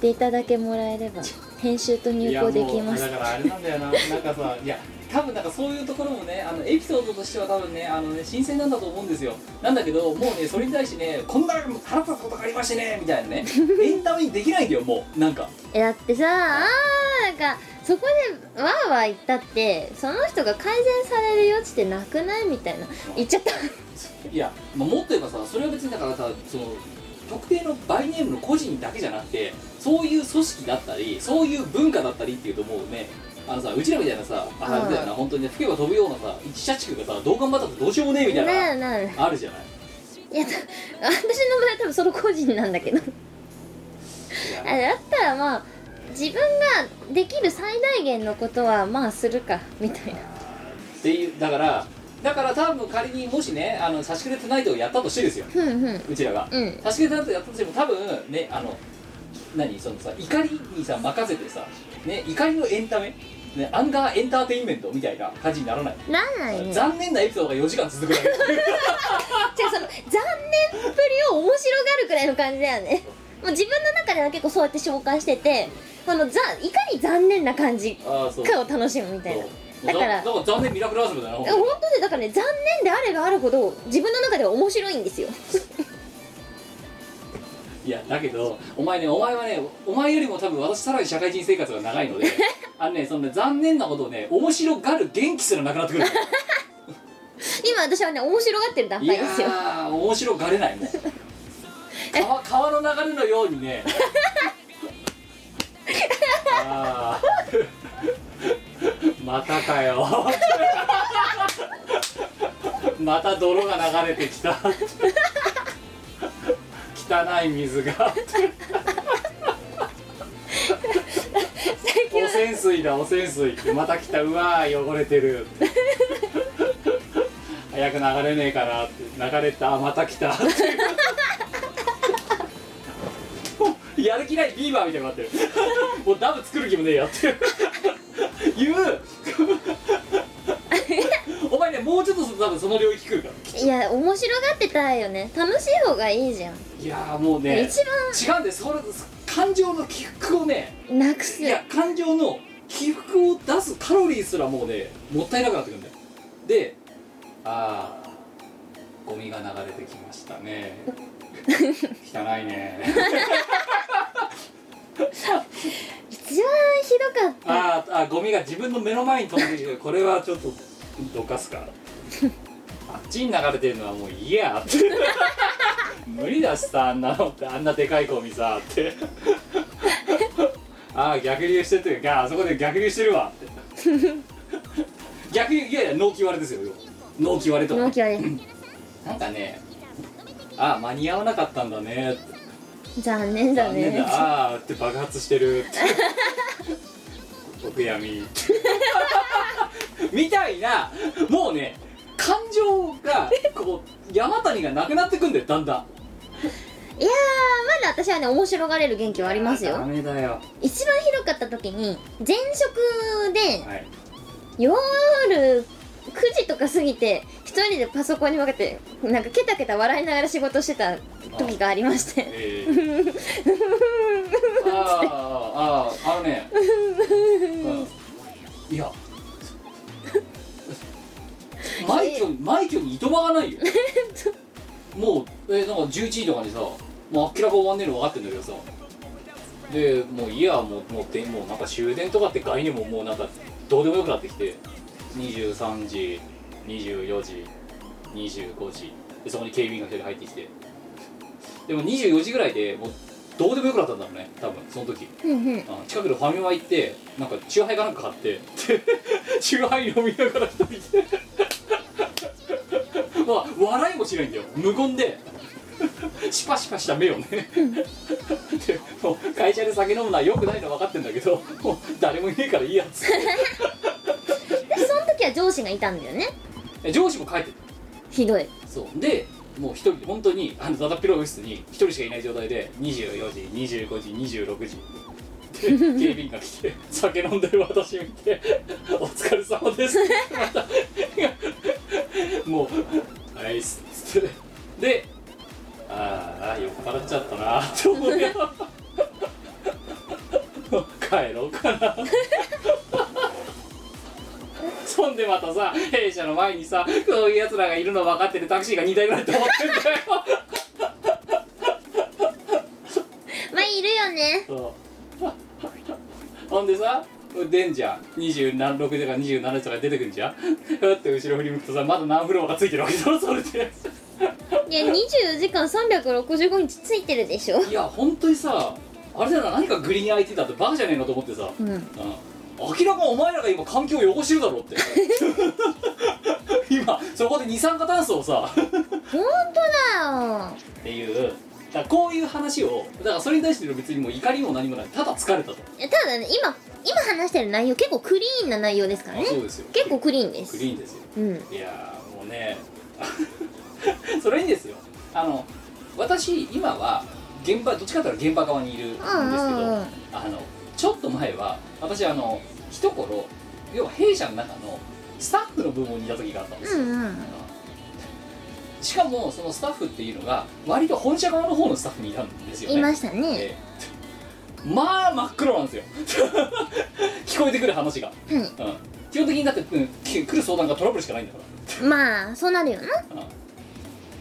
[SPEAKER 1] データだけもらえれば編集と入稿できま
[SPEAKER 3] いや
[SPEAKER 1] す
[SPEAKER 3] もうだからあれなんだよななんかさいや多分なんかそういうところもねあのエピソードとしては多分ねあのね新鮮なんだと思うんですよなんだけどもうねそれに対してねこんな腹立つことがありましてねみたいなねエンタメにできないんだよもうなんか
[SPEAKER 1] えだってさあーなんかそこでわーわー言ったってその人が改善される余地ってなくないみたいな言っちゃった
[SPEAKER 3] いや、まあ、もっと言えばさそれは別にだからさその特定のバイネームの個人だけじゃなくてそういう組織だったりそういう文化だったりっていうともうねあのさうちらみたいなさあ
[SPEAKER 1] うん
[SPEAKER 3] れだよな本当にね吹けば飛ぶようなさ一社地区がさどう頑張ったってどうしようもねえみたい
[SPEAKER 1] な
[SPEAKER 3] な
[SPEAKER 1] るなる
[SPEAKER 3] あるじゃな
[SPEAKER 1] い
[SPEAKER 3] い
[SPEAKER 1] やた私の場合は多分ソロ個人なんだけど
[SPEAKER 3] いや
[SPEAKER 1] あだったらまあ自分ができる最大限のことはまあするかみたいな
[SPEAKER 3] っていうだからだから多分仮にもしねあの差しくれてないとやったとしてですよ
[SPEAKER 1] ふんふん
[SPEAKER 3] うちらが、
[SPEAKER 1] うん
[SPEAKER 3] 差しくれてないとやったとしても多分ねあの何そのさ怒りにさ任せてさね怒りのエンタメね、アンガーエンターテインメントみたいな感じにならない、
[SPEAKER 1] なんないねじゃ
[SPEAKER 3] 残念なエピソードが4時間 続くだけ
[SPEAKER 1] あその残念っぷりを面白がるくらいの感じだよねもう自分の中では結構そうやって紹介しててこのざいかに残念な感じ
[SPEAKER 3] ああそう
[SPEAKER 1] かを楽しむみたいな
[SPEAKER 3] そう
[SPEAKER 1] だから
[SPEAKER 3] だから残念ミラクルアズムだなほん
[SPEAKER 1] え
[SPEAKER 3] とに
[SPEAKER 1] 本当でだからね残念であればあるほど自分の中では面白いんですよ
[SPEAKER 3] いやだけどお前ねお前はねお前よりも多分私さらに社会人生活が長い のであのねそのね残念なことをね面白がる元気すらなくなってくる
[SPEAKER 1] 今私はね面白がってる段
[SPEAKER 3] い
[SPEAKER 1] 階
[SPEAKER 3] や
[SPEAKER 1] ですよ
[SPEAKER 3] ー面白がれな いもん川川の流れのようにねあー またかよまた泥が流れてきた汚い水がお泉水だお泉水ってまた来たうわー汚れてる早く流れねえかなって流れたまた来た やる気ないビーバーみたいになってる もうダム作る気もねえやってる言う お前ねもうちょっとすると多分その領域来るから
[SPEAKER 1] いや面白がってたいよね楽しい方がいいじゃん、
[SPEAKER 3] いやーもうね
[SPEAKER 1] 一
[SPEAKER 3] 違うんですそれ感情の起伏をね
[SPEAKER 1] 番なくす
[SPEAKER 3] いや感情の起伏を出すカロリーすらもうねもったいなくなってくるんだよでああゴミが流れてきましたね汚いね
[SPEAKER 1] 一番ひどかった
[SPEAKER 3] あーあーゴミが自分の目の前に飛んできてこれはちょっとどかすかあっちに流れてるのはもういいやって無理だしさあんなのってあんなでかいゴミさって ああ逆流してってあーあそこで逆流してるわって逆流いやいや納期割れですよ要は納期割れとか
[SPEAKER 1] 納期はね
[SPEAKER 3] なんかねああ間に合わなかったんだねって
[SPEAKER 1] 残念だ
[SPEAKER 3] 残
[SPEAKER 1] ね
[SPEAKER 3] 念だあーって爆発してるって お悔やみ みたいなもうね感情がこう山谷がなくなってくんだよだんだん
[SPEAKER 1] いやーまだ私はね面白がれる元気はあります
[SPEAKER 3] ダ
[SPEAKER 1] よ
[SPEAKER 3] メだよ
[SPEAKER 1] 一番ひどかった時に前職で
[SPEAKER 3] はい
[SPEAKER 1] 夜9時とか過ぎて一人でパソコンに向かってなんかケタケタ笑いながら仕事してた時がありま して
[SPEAKER 3] えー、あーあーあのね、うんいやマイキョマイキョにいとまがないよもうえなんか11時とかにさもう明らか終わんねえの分かってんだけどさでもういいやもうもうでもうなんか終電とかって概念ももうなんかどうでもよくなってきて23時24時25時でそこに警備員が一人入ってきてでも24時ぐらいでもうどうでもよくなったんだろうね多分その時
[SPEAKER 1] ふんふん
[SPEAKER 3] あ近くのファミマ行ってなんかチューハイかなんか買って でチューハイ飲みながら一人で まあ笑いもしないんだよ無言でシパシパした目をねでもう会社で酒飲むのはよくないの分かってんだけどもう誰もいねえからいいやつって
[SPEAKER 1] でその時は上司がいたんだよね
[SPEAKER 3] で上司も帰って
[SPEAKER 1] ひどい
[SPEAKER 3] そうでもう一人本当にあのダダピロオフィスに一人しかいない状態で24時25時26時で警備員が来て酒飲んでる私見て 「お疲れ様です」 またもう「はい」っつって で「 ああ酔っ払っちゃったな」って思いながら帰ろう帰そんでまたさ弊社の前にさこういうやつらがいるの分かってるタクシーが2台ぐらい止まってんだよ
[SPEAKER 1] まあいるよね
[SPEAKER 3] そうほんでさ出んじゃん26とか27とか出てくんじ ゃんふって後ろ振り向くとさまだ何フロアがついてるわけだろそれって
[SPEAKER 1] いや24時間365日ついてるでしょ
[SPEAKER 3] いや本当にさあれだな何かグリーン空いてたってバカじゃねえのと思ってさ、
[SPEAKER 1] う
[SPEAKER 3] うん
[SPEAKER 1] ん
[SPEAKER 3] 明らかお前らが今環境を汚してるだろって今そこで二酸化炭素をさ
[SPEAKER 1] 本当だよ
[SPEAKER 3] っていうだからこういう話をだからそれに対しての別にもう怒りも何もないただ疲れたと、
[SPEAKER 1] いやただね今今話してる内容結構クリーンな内容ですからね
[SPEAKER 3] そうですよ
[SPEAKER 1] 結構クリーンです
[SPEAKER 3] クリーンですよ
[SPEAKER 1] うん
[SPEAKER 3] いやーもうね それにですよあの私今は現場どっちかというと現場側にいるんですけど、
[SPEAKER 1] うんうんうん
[SPEAKER 3] あのちょっと前は私あの一頃要は弊社の中のスタッフの部門にいた時があったんです
[SPEAKER 1] う
[SPEAKER 3] よ、
[SPEAKER 1] んうん
[SPEAKER 3] しかもそのスタッフっていうのが割と本社側の方のスタッフにいたんですよね
[SPEAKER 1] いましたね
[SPEAKER 3] ええまあ真っ黒なんですよ 聞こえてくる話が、
[SPEAKER 1] はい
[SPEAKER 3] うん、基本的にだって、うんき来る相談がトラブルしかないんだから
[SPEAKER 1] まあそうなるよな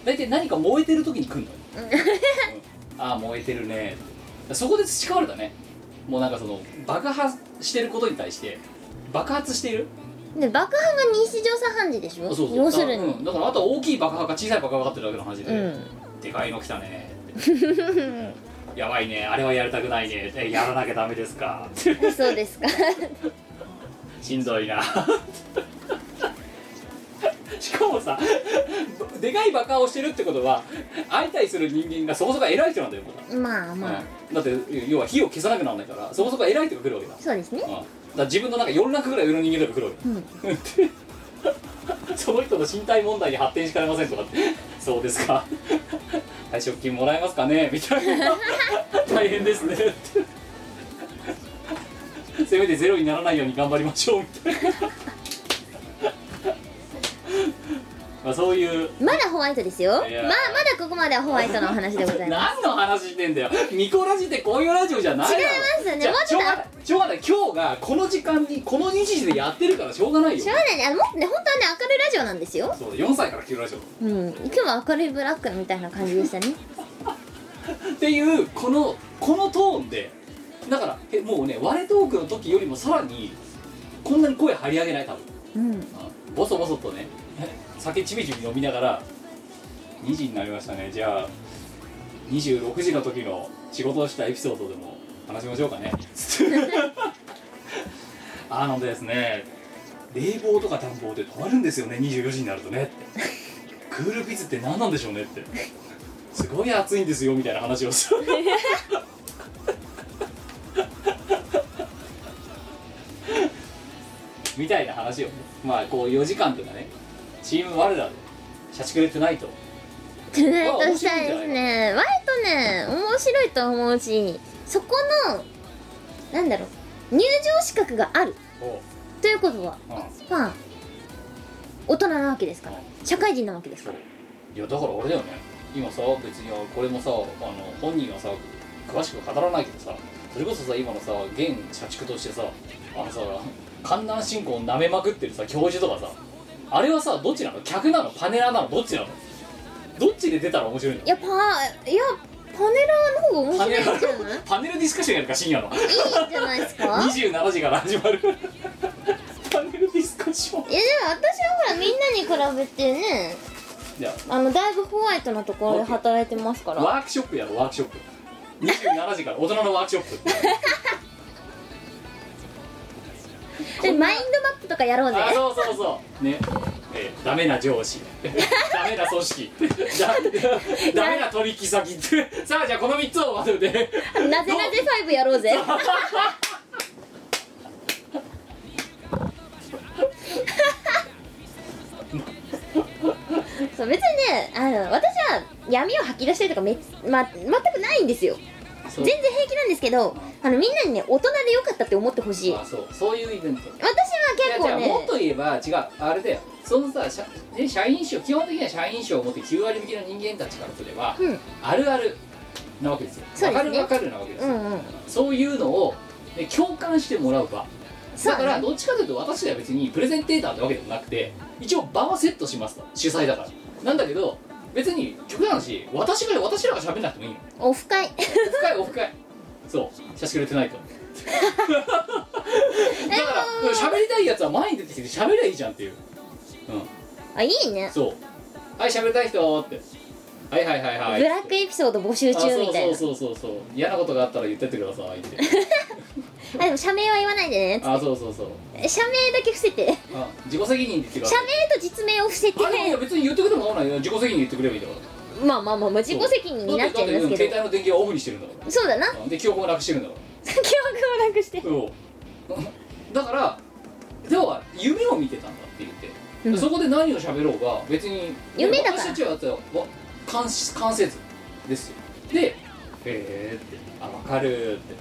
[SPEAKER 3] 大体何か燃えてる時に来る のよ、うんああ燃えてるねそこで培われたねもうなんかその爆破してることに対して爆発している
[SPEAKER 1] で爆破が日常茶飯事でしょ
[SPEAKER 3] そうそう
[SPEAKER 1] 要する
[SPEAKER 3] だ,、
[SPEAKER 1] に
[SPEAKER 3] うん、だからあとは大きい爆破か小さい爆破かってるだけの話
[SPEAKER 1] う
[SPEAKER 3] で、
[SPEAKER 1] ん
[SPEAKER 3] でかいの来たねって うんやばいねあれはやりたくないねえやらなきゃダメですか
[SPEAKER 1] そうですか
[SPEAKER 3] しんどいな しかもさでかい爆破をしてるってことは相対する人間がそこそこ偉い人なんだよまだ
[SPEAKER 1] まあまあ
[SPEAKER 3] うんだって要は火を消さなくならないからそこそこ偉い人が来るわけだ,、
[SPEAKER 1] そうですね
[SPEAKER 3] うん、だから自分のなんか4楽ぐらい上の人間とか来るわ
[SPEAKER 1] うん
[SPEAKER 3] け その人の身体問題に発展しかねませんとかって そうですか 退職金もらえますかねみたいな 大変ですね ってせめてゼロにならないように頑張りましょうみたいな まあそういう
[SPEAKER 1] まだホワイトですよまあま
[SPEAKER 3] いやー
[SPEAKER 1] だここまではホワイトのお話でございます
[SPEAKER 3] 何の話してんだよミコラジってこういうラジオじゃないだろ
[SPEAKER 1] 違いますよね
[SPEAKER 3] じゃあ
[SPEAKER 1] もうち
[SPEAKER 3] し
[SPEAKER 1] ょ
[SPEAKER 3] ょ
[SPEAKER 1] っ
[SPEAKER 3] う
[SPEAKER 1] と
[SPEAKER 3] がないしょうがない今日がこの時間にこの日時でやってるからしょうがないよ
[SPEAKER 1] しょうがないねあのもっとね本当はね明るいラジオなんですよ
[SPEAKER 3] そう4歳から聞くラジオ
[SPEAKER 1] うん今日は明るいブラックみたいな感じでしたね
[SPEAKER 3] っていうこのこのトーンでだからえもうね割れトークの時よりもさらにこんなに声張り上げない多分
[SPEAKER 1] うん
[SPEAKER 3] うんボソボソとね酒ちびちび飲みながら2時になりましたねじゃあ26時の時の仕事をしたエピソードでも話しましょうかねあのですね冷房とか暖房って止まるんですよね24時になるとねってクールビズって何なんでしょうねってすごい暑いんですよみたいな話をするみたいな話をねまあこう4時間とかねチーム我らで社畜でてないと
[SPEAKER 1] トゥナイトしたいですね割とね面白いと思うしそこのなんだろう入場資格がある
[SPEAKER 3] お
[SPEAKER 1] ということは
[SPEAKER 3] うん
[SPEAKER 1] まあ大人なわけですから社会人なわけです
[SPEAKER 3] そ
[SPEAKER 1] か
[SPEAKER 3] う
[SPEAKER 1] ら
[SPEAKER 3] いやだからあれだよね今さ別にこれもさあの本人はさ詳しく語らないけどさそれこそさ今のさ現社畜としてさあのさ観覧進行を舐めまくってるさ教授とかさあれはさどっちなの客なのパネラーなのどっちなのどっちで出たら面白いの
[SPEAKER 1] いやパいやパネラーの方が面
[SPEAKER 3] パネ
[SPEAKER 1] 白
[SPEAKER 3] ラ
[SPEAKER 1] いんじゃない
[SPEAKER 3] ーパネルディスカッションやるか深夜の
[SPEAKER 1] いいじゃない ですかいやでも
[SPEAKER 3] 27時から始まるパネルディスカッション
[SPEAKER 1] 私はほらみんなに比べてね
[SPEAKER 3] いや
[SPEAKER 1] あのだいぶホワイトなところで働いてますから
[SPEAKER 3] ワークショップやろワークショップ27時から大人のワークショップ
[SPEAKER 1] でマインドマップとかやろうぜ
[SPEAKER 3] あそうそうそうねえーダメな上 司ダメな組織だダメな取引先さあじゃあこの3つをまとめて
[SPEAKER 1] なぜなぜ5やろうぜ そう別にねあの私は闇を吐き出したりとかめっ、ま、全くないんですよ
[SPEAKER 3] そ
[SPEAKER 1] 全
[SPEAKER 3] う
[SPEAKER 1] 然平気なんですけどあのみんなにね大人でよかったって思ってほしい
[SPEAKER 3] あそうそういうイベント
[SPEAKER 1] 私は結構
[SPEAKER 3] いや違うもっ
[SPEAKER 1] ね
[SPEAKER 3] と言えば違うあれだよそのさ社,、ね、社員証基本的には社員証を持って9割引きの人間たちからすれば、
[SPEAKER 1] うん
[SPEAKER 3] あるあるなわけですよ
[SPEAKER 1] そう
[SPEAKER 3] わ
[SPEAKER 1] です
[SPEAKER 3] か
[SPEAKER 1] ね
[SPEAKER 3] るわかるなわけです
[SPEAKER 1] う
[SPEAKER 3] よ、
[SPEAKER 1] んうん
[SPEAKER 3] そういうのを、ね、共感してもらう場
[SPEAKER 1] そう
[SPEAKER 3] だ
[SPEAKER 1] ね
[SPEAKER 3] からどっちかというと私は別にプレゼンテーターってわけでもなくて一応場はセットしますと主催だからなんだけど別に極端な話私が私らが喋んなくてもいいの
[SPEAKER 1] オフ会
[SPEAKER 3] オフ会オフ会そう写真くれてないとだから喋りたいやつは前に出てきて喋りゃいいじゃんっていうう
[SPEAKER 1] あいいね
[SPEAKER 3] んそうはい喋りたい人ってはいはいはいはい
[SPEAKER 1] ブラックエピソード募集
[SPEAKER 3] あ
[SPEAKER 1] 中みたいな
[SPEAKER 3] そうそうそうそうそう嫌なことがあったら言ってってくださいって
[SPEAKER 1] あでも社名は言わないでね
[SPEAKER 3] あそうそうそう
[SPEAKER 1] 社名だけ伏せて
[SPEAKER 3] あ自己責任で言ってくだ
[SPEAKER 1] 社
[SPEAKER 3] さい
[SPEAKER 1] 名と実名を伏せて
[SPEAKER 3] あれいや別に言ってくれても構わないよ自己責任で言ってくればいいんだから
[SPEAKER 1] まあまあまあまあ自己責任になっちゃいます
[SPEAKER 3] だってだってうん
[SPEAKER 1] け
[SPEAKER 3] 携
[SPEAKER 1] ど
[SPEAKER 3] 帯の電源はオフにしてるんだか
[SPEAKER 1] そうだな 記
[SPEAKER 3] らで記憶もなくしてるんだか
[SPEAKER 1] 憶をなくして
[SPEAKER 3] らそうだから要は夢を見てたんだって言って、
[SPEAKER 1] うん
[SPEAKER 3] そこで何を喋ろうが別に
[SPEAKER 1] 夢だから
[SPEAKER 3] 私たちはだってわ関関せずですよでへえってあ分かるって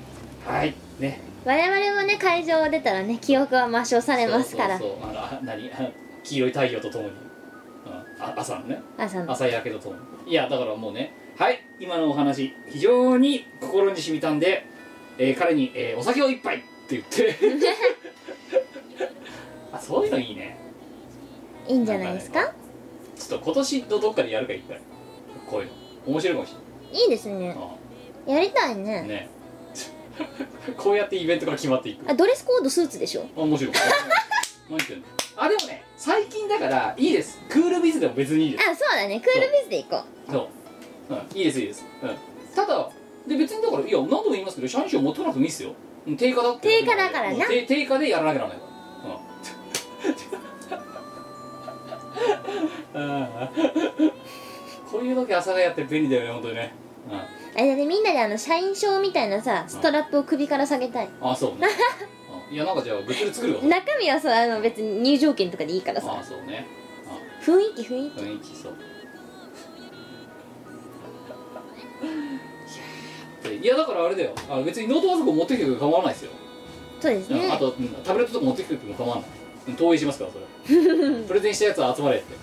[SPEAKER 3] はいね
[SPEAKER 1] 我々もね会場を出たらね記憶は抹消されますから
[SPEAKER 3] そうそうそうあの何あの黄色い太陽とともに、うんあ朝のね
[SPEAKER 1] 朝の
[SPEAKER 3] 朝焼けとともにいやだからもうねはい今のお話非常に心に染みたんで、えー彼に、えーお酒を一杯」って言って あそういうのいいね
[SPEAKER 1] いいんじゃないですか
[SPEAKER 3] ちょっと今年のどっかでやるか一回こういうの面白いかもし
[SPEAKER 1] いいです
[SPEAKER 3] れ
[SPEAKER 1] ね
[SPEAKER 3] ない、
[SPEAKER 1] やりたい
[SPEAKER 3] うん
[SPEAKER 1] ね
[SPEAKER 3] ね こうやってイベントが決まっていく
[SPEAKER 1] あドレスコードスーツでしょ
[SPEAKER 3] あ面白い何言ってんのあでもね最近だからいいですクールビズでも別にいいです
[SPEAKER 1] あそうだねクールビズで行こ
[SPEAKER 3] そう、うん、いいですいいです、うん、ただで別にだからいや何度も言いますけど社員証持ってこなくてもいいっすようん定価だって
[SPEAKER 1] 定価だからな
[SPEAKER 3] うん定定価でやらなきゃならないからうんあーこういう時朝がやって便利だよね本当にね、
[SPEAKER 1] うあれだねみんなであの社員証みたいなさストラップを首から下げたい
[SPEAKER 3] うん、あそうねうんいやなんかじゃあグッズ作るわ
[SPEAKER 1] 中身はそうあの別に入場券とかでいいから
[SPEAKER 3] あ
[SPEAKER 1] さ
[SPEAKER 3] そうね
[SPEAKER 1] 雰囲気雰囲気
[SPEAKER 3] 雰囲気そういやーいやだからあれだよあの別にノートパソコン持ってきてくれて構わないですよ、
[SPEAKER 1] そうです
[SPEAKER 3] うんあ
[SPEAKER 1] ね
[SPEAKER 3] とうんタブレットとか持ってきてくれても構わないうん投影しますから それプレゼンしたやつは集まれって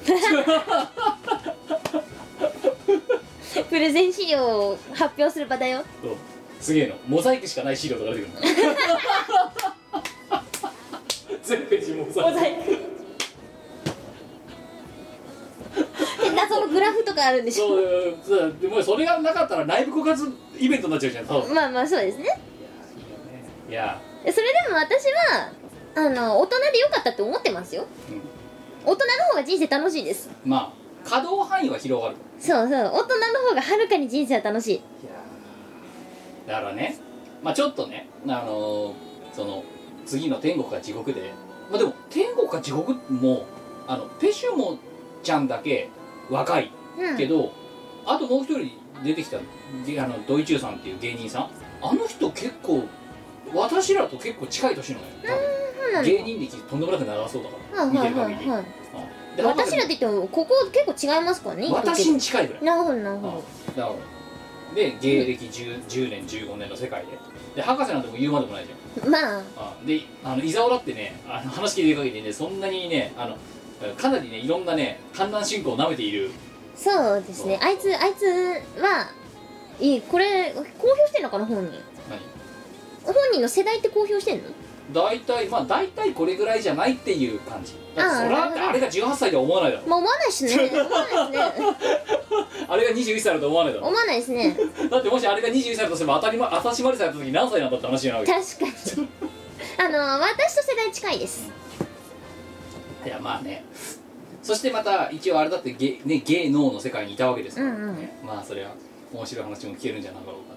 [SPEAKER 1] プレゼン資料を発表する場だよ
[SPEAKER 3] そうすげえのモザイクしかない資料とか出て くるの全ページモザイク
[SPEAKER 1] で謎のグラフとかあるんでしょ
[SPEAKER 3] そううんそうでもそれがなかったら内部告発イベントになっちゃうじゃん多分
[SPEAKER 1] まあまあそうですね
[SPEAKER 3] いや
[SPEAKER 1] それでも私はあの大人でよかったって思ってますよ
[SPEAKER 3] ー、
[SPEAKER 1] 大人の方が人生楽しいです
[SPEAKER 3] うん、まあ可動範囲は広がる
[SPEAKER 1] そうそう大人の方がはるかに人生は楽しい
[SPEAKER 3] いやーだからねまあちょっとねあのーその次の天国か地獄でまあでも天国か地獄もあのペシュモちゃんだけ若い
[SPEAKER 1] うん
[SPEAKER 3] けど、あともう一人出てきたであのドイチューさんっていう芸人さんあの人結構私らと結構近い年なのよ
[SPEAKER 1] そうな
[SPEAKER 3] 多分
[SPEAKER 1] ん
[SPEAKER 3] 芸人歴とんでもなく長そうだから、
[SPEAKER 1] はい
[SPEAKER 3] 見
[SPEAKER 1] は
[SPEAKER 3] て
[SPEAKER 1] い
[SPEAKER 3] る
[SPEAKER 1] は
[SPEAKER 3] 限り、
[SPEAKER 1] いはい
[SPEAKER 3] うんで
[SPEAKER 1] 私らって言ってもここ結構違いますからね
[SPEAKER 3] 私に近いぐらい
[SPEAKER 1] なるほどなるほど
[SPEAKER 3] だからで芸歴 10, 10年15年の世界でで博士なんてもう言うまでもないじゃん
[SPEAKER 1] まあ
[SPEAKER 3] あであの伊沢だってねあの話聞いてる限りねそんなにねあのかなりねいろんなね観覧進行を舐めている
[SPEAKER 1] そうですねあいつあいつはいいこれ公表してんのかな本人
[SPEAKER 3] 何
[SPEAKER 1] 本人の世代って公表してんの
[SPEAKER 3] 大体まあ大体これぐらいじゃないっていう感じだって
[SPEAKER 1] あー
[SPEAKER 3] そらってあれが18歳とは思わないだろ
[SPEAKER 1] まあ思わないっす ね思わないっすね
[SPEAKER 3] あれが21歳だと思わないだろ
[SPEAKER 1] 思わないですね
[SPEAKER 3] だってもしあれが21歳だとしても当たり前当たしまりされた時何歳なんだって話になるわけ
[SPEAKER 1] 確かにあの私と世代近いです
[SPEAKER 3] いやまあねそしてまた一応あれだって芸,、ね、芸能の世界にいたわけですから、
[SPEAKER 1] うんうん
[SPEAKER 3] まあそれは面白い話も聞けるんじゃなかろうか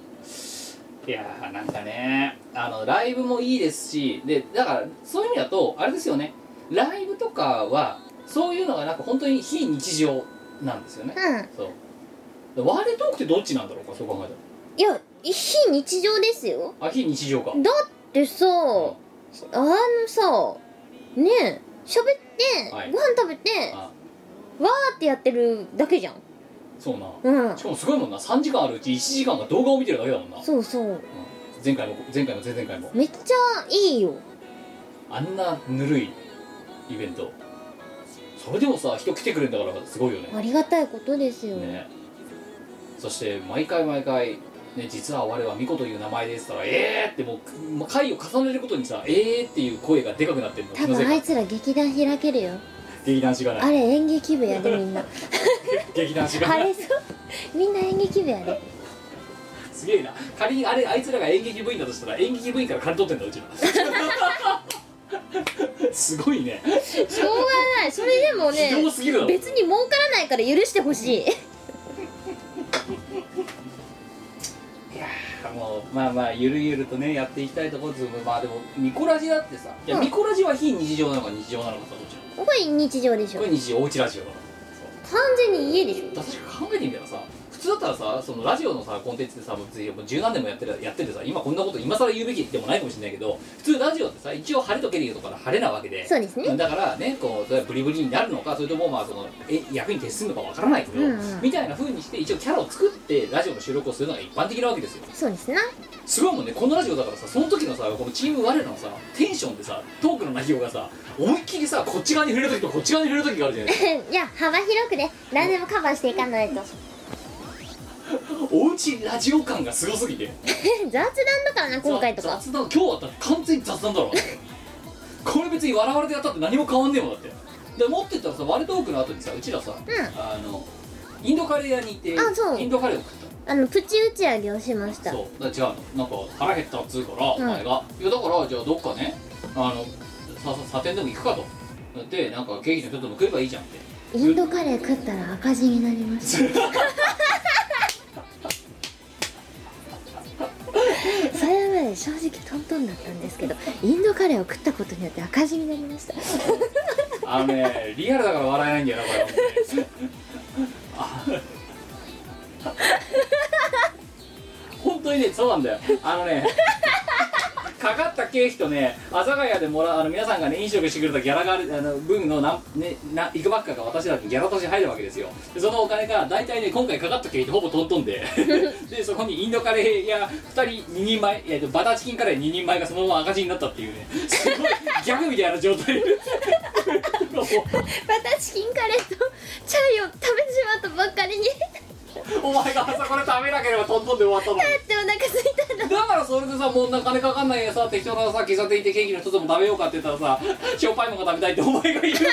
[SPEAKER 3] いやーなんかねあのライブもいいですしでだからそういう意味だとあれですよねライブとかはそういうのがなんか本当に非日常なんですよね、
[SPEAKER 1] うん
[SPEAKER 3] そうワールドトークってどっちなんだろうかそう考え
[SPEAKER 1] いや非日常ですよ
[SPEAKER 3] たらあ非日常か
[SPEAKER 1] だってさあのさねえ喋って、
[SPEAKER 3] はい
[SPEAKER 1] ご飯食べて
[SPEAKER 3] あ
[SPEAKER 1] わーってやってるだけじゃん
[SPEAKER 3] そうな、
[SPEAKER 1] うん
[SPEAKER 3] しかもすごいもんな3時間あるうち1時間が動画を見てるだけだもんな、うん
[SPEAKER 1] そうそう
[SPEAKER 3] 前回も前回も前々回も
[SPEAKER 1] めっちゃいいよ
[SPEAKER 3] あんなぬるいイベントそれでもさ人来てくれるんだからすごいよね
[SPEAKER 1] ありがたいことですよ、
[SPEAKER 3] ねそして毎回毎回ね、実は我はミコという名前ですからえーってもうもう回を重ねることにさえーっていう声がでかくなってるの
[SPEAKER 1] 多
[SPEAKER 3] 気の
[SPEAKER 1] 分
[SPEAKER 3] せい
[SPEAKER 1] あ
[SPEAKER 3] か
[SPEAKER 1] いつら劇団開けるよ
[SPEAKER 3] 劇団しがな
[SPEAKER 1] あ
[SPEAKER 3] い
[SPEAKER 1] れ演劇部やでみん な
[SPEAKER 3] 劇団しが
[SPEAKER 1] あ
[SPEAKER 3] ない
[SPEAKER 1] れそうみんな演劇部やです
[SPEAKER 3] げえな仮にあれあいつらが演劇部員だとしたら演劇部員から金取ってんだ うちらすごいね
[SPEAKER 1] しょうがないそれでもね
[SPEAKER 3] ひどすぎるだろ
[SPEAKER 1] 別に儲からないから許してほしい
[SPEAKER 3] いやーもうまあまあゆるゆるとねやっていきたいところですけどまあでもミコラジだってさいや、
[SPEAKER 1] うん
[SPEAKER 3] ミコラジは非日常なのか日常なのかさどっちなの
[SPEAKER 1] これ日常でしょ
[SPEAKER 3] これ
[SPEAKER 1] 完
[SPEAKER 3] 日常おうちラジオだから
[SPEAKER 1] 全に家でしょ
[SPEAKER 3] 確か考えてみたらさ普通だったらさそのラジオのさコンテンツってさもう随分もう十何年もやってるやっててさ今こんなこと今更言うべきでもないかもしれないけど普通ラジオってさ一応晴れとけるとから晴れなわけで
[SPEAKER 1] そうですね
[SPEAKER 3] だからねこうブリブリになるのかそれともまあそのえ役に徹するのかわからないけど、
[SPEAKER 1] うんうん
[SPEAKER 3] みたいな風にして一応キャラを作ってラジオの収録をするのが一般的なわけですよ
[SPEAKER 1] そうですな
[SPEAKER 3] すごいもんねこのラジオだからさその時のさこのチーム我らのさテンションでさトークの内容がさ思いっきりさこっち側に触れる時とこっち側に触れる時があるじゃないですか
[SPEAKER 1] いや幅広くね何でもカバーしていかないと
[SPEAKER 3] おうちラジオ感がすごすぎて
[SPEAKER 1] 雑談だからな今回とか
[SPEAKER 3] 雑談今日あったら完全に雑談だろこれ別に笑われてやったって何も変わんねえもんだってで持ってったらさワルトークの後にさうちらさ、
[SPEAKER 1] ん
[SPEAKER 3] あのインドカレー屋に行って
[SPEAKER 1] あそう
[SPEAKER 3] インドカレーを食った
[SPEAKER 1] あのプチ打ち上げをしました
[SPEAKER 3] そうだから違うのなんか腹減ったっつうから、
[SPEAKER 1] うん
[SPEAKER 3] お前がいやだからじゃあどっかねあのささサテンでも行くかとでなんかケーキのちょっとでも食えばいいじゃんって
[SPEAKER 1] インドカレー食ったら赤字になりましたそれはね正直トントンだったんですけどインドカレーを食ったことによって赤字になりました
[SPEAKER 3] あのね、リアルだから笑えないんだよな、これは本当にね、そうなんだよ。あのね、かかった経費とね、阿佐ヶ谷でもらう、あの皆さんがね、飲食してくれたギャラがある、あの分のなん、ね、な、いくばっかが私だってギャラとして入るわけですよ。でそのお金が、大体ね、今回かかった経費とほぼトントンで、 で、そこにインドカレーや2人、2人前、えっと、バターチキンカレー2人前がそのまま赤字になったっていうね、すごいギャグみたいな状態で。
[SPEAKER 1] またチキンカレーとチャイを食べてしまったばっかりにだ
[SPEAKER 3] お前が朝これ食べなければトントンで終わったのに
[SPEAKER 1] ってお腹空いたんだ
[SPEAKER 3] だからそれでさもうな金かかんないやさ適当なさ喫茶店行ってケーキの一つでも食べようかって言ったらさしょっぱいものが食べたいってお前が言うからさ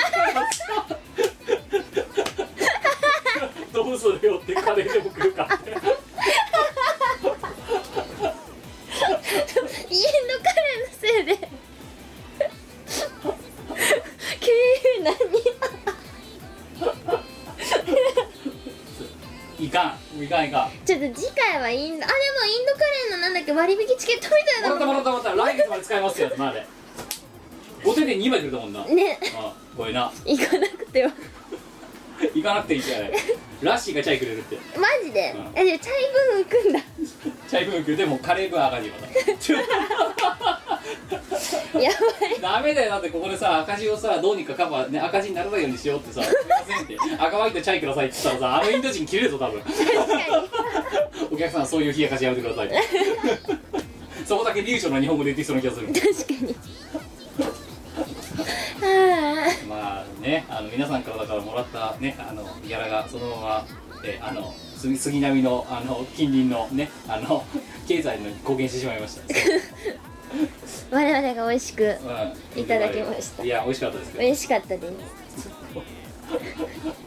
[SPEAKER 3] どうするよってカレーでも食うかって
[SPEAKER 1] インドカレーのせいで急に何
[SPEAKER 3] いかんいかんいかん
[SPEAKER 1] ちょっと次回はインドあでもインドカレーのなんだっけ割引チケットみたい
[SPEAKER 3] も
[SPEAKER 1] な
[SPEAKER 3] ら
[SPEAKER 1] の
[SPEAKER 3] ったもらったもらった来月まで使えますよまで5点で2枚くれたもんなあ
[SPEAKER 1] ね
[SPEAKER 3] これな
[SPEAKER 1] 行かなくては
[SPEAKER 3] 行かなくていいじゃないラッシーがチャイくれるって
[SPEAKER 1] マジで、
[SPEAKER 3] うん
[SPEAKER 1] えでチャイブーン浮くんだ
[SPEAKER 3] チャイブークでもカレーブー赤字また
[SPEAKER 1] や
[SPEAKER 3] ダメだよだってここでさ赤字をさどうにかカバーね赤字にならないようにしようってさ「すみません」って「赤ワインとチャイください」って言ったらさあのインド人切れる ぞ多分
[SPEAKER 1] ばい確か
[SPEAKER 3] お客さんそういう冷やかしやめてください そこだけ流暢な日本語で言ってきそうな気がする
[SPEAKER 1] に確かにあ
[SPEAKER 3] まあねあの皆さんからだからもらったねあのギャラがそのままえあのす杉並のあの近隣のねあの経済に貢献してしまいました
[SPEAKER 1] ー我々が美味しく
[SPEAKER 3] うん
[SPEAKER 1] いただきました
[SPEAKER 3] いや美味しかったですけど
[SPEAKER 1] 美味しかったです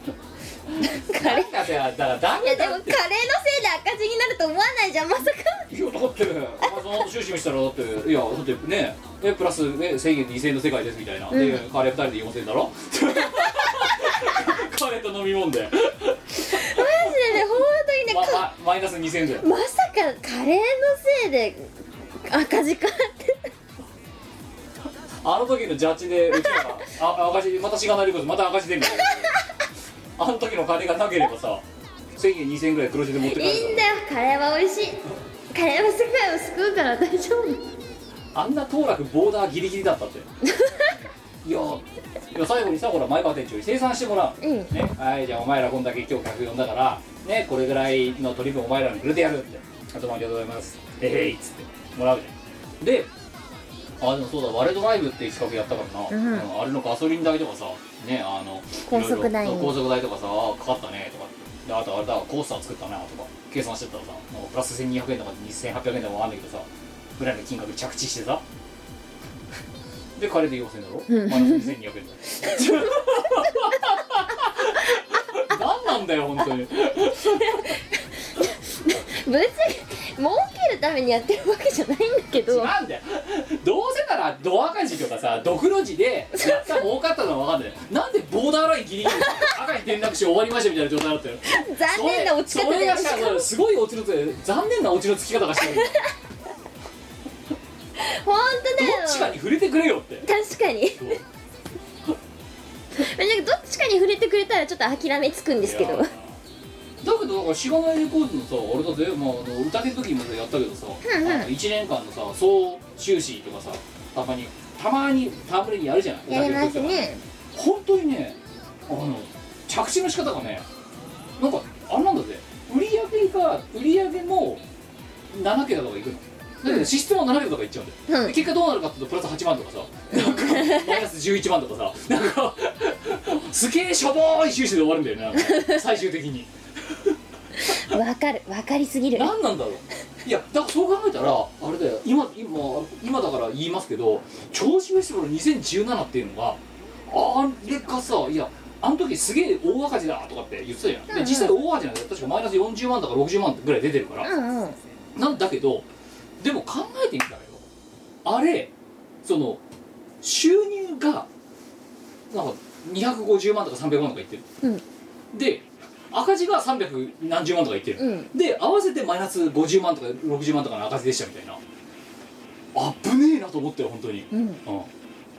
[SPEAKER 1] カレー
[SPEAKER 3] なんかさだからダ
[SPEAKER 1] いや
[SPEAKER 3] メ
[SPEAKER 1] でも
[SPEAKER 3] だ
[SPEAKER 1] カレー
[SPEAKER 3] っ
[SPEAKER 1] のせい
[SPEAKER 3] て
[SPEAKER 1] で赤字になると思わないじゃんまさか
[SPEAKER 3] いやだってまあその後収支見したらだっていやだってねえプラス、ね、1000円2000円の世界ですみたいな、でカレー2人で4000円だろ カレーと飲み物で、
[SPEAKER 1] マジでね本当にね
[SPEAKER 3] ま
[SPEAKER 1] か
[SPEAKER 3] まマイナス2000円だよ
[SPEAKER 1] まさかカレーのせいで赤字かって
[SPEAKER 3] あの時のジャッジでうちらがあ赤字またしがないことまた赤字でみたいなあの時のカレーがなければさ1000円2000円ぐらい黒字で持って帰
[SPEAKER 1] い
[SPEAKER 3] れた
[SPEAKER 1] いん
[SPEAKER 3] の
[SPEAKER 1] だよカレーは美味しいカレーは世界を救うから大丈夫
[SPEAKER 3] あんな当落ボーダーギリギリ だったっていやいや最後にさほら前川店長に生産してもらう、
[SPEAKER 1] うん
[SPEAKER 3] ねはいじゃあお前らこんだけ今日客呼んだからねこれぐらいの取り分お前らにくれてやるってあともありがとうございますえへいっつってもらうじゃんであでもそうだワレドライブっていう企画やったからな、
[SPEAKER 1] うん
[SPEAKER 3] うんあれのガソリン代とかさねあの
[SPEAKER 1] 高速代に
[SPEAKER 3] いろいろ高速代とかさかかったねとかってであとあれだコースター作ったなとか計算してたらさなんかプラス1200円とか2800円とかわかんないけどさぐらいの金額着地してさで彼で4000円だろマイナス2200円だろ何なんだよ本当に
[SPEAKER 1] 別に儲けるためにやってるわけじゃないんだけど
[SPEAKER 3] なんだよどうせならド赤字とかさドクロ字でやったら儲かったのは分かんないなんでボーダーラインギリギリ赤に転落して終わりましたみたいな状態だったよ
[SPEAKER 1] 残念な落ち方
[SPEAKER 3] それそれ
[SPEAKER 1] で
[SPEAKER 3] がさそれすごい落ちのつ残念な落ちのつき方 がしてる
[SPEAKER 1] 本
[SPEAKER 3] ど
[SPEAKER 1] 当だよ
[SPEAKER 3] っちかに触れてくれよって
[SPEAKER 1] 確かに
[SPEAKER 3] そう
[SPEAKER 1] なんかどっちかに触れてくれたらちょっと諦めつくんですけ
[SPEAKER 3] い
[SPEAKER 1] ど
[SPEAKER 3] やーだけどだからしがないレコードのさあれだぜ、まあ、あの歌手の時もさやったけどさ、
[SPEAKER 1] んうん
[SPEAKER 3] あの1年間のさ総収支とかさたまにたまに戯れにやるじゃない
[SPEAKER 1] やりま
[SPEAKER 3] 歌
[SPEAKER 1] す
[SPEAKER 3] 手の時とか
[SPEAKER 1] ね
[SPEAKER 3] 本当にねあの着地の仕方がねなんかあれなんだぜ売り上げが売り上げも7桁とかいくのだけど支出も7桁とかいっちゃうんだよ、
[SPEAKER 1] うん
[SPEAKER 3] で結果どうなるかっていうとプラス8万とかさなんかマイナス11万とかさなんかすげえしょぼーい収支で終わるんだよねなんか最終的に
[SPEAKER 1] わかるわかりすぎる
[SPEAKER 3] 何なんだろういやだからそう考えたらあれだよ今今今だから言いますけど銚子フェスティバル2017っていうのがあれがさいやあの時すげえ大赤字だとかって言ってたじゃん、
[SPEAKER 1] うんうん
[SPEAKER 3] で実際大赤字なんだよ確かマイナス40万とか60万ぐらい出てるから、
[SPEAKER 1] うんうん
[SPEAKER 3] なんだけどでも考えてみたらよあれその収入がなんか250万とか300万とかいってる、で赤字が300何十万とかいってる、
[SPEAKER 1] うん
[SPEAKER 3] で合わせてマイナス50万とか60万とかの赤字でしたみたいなあぶねえなと思ったよ本当に、
[SPEAKER 1] うん
[SPEAKER 3] うん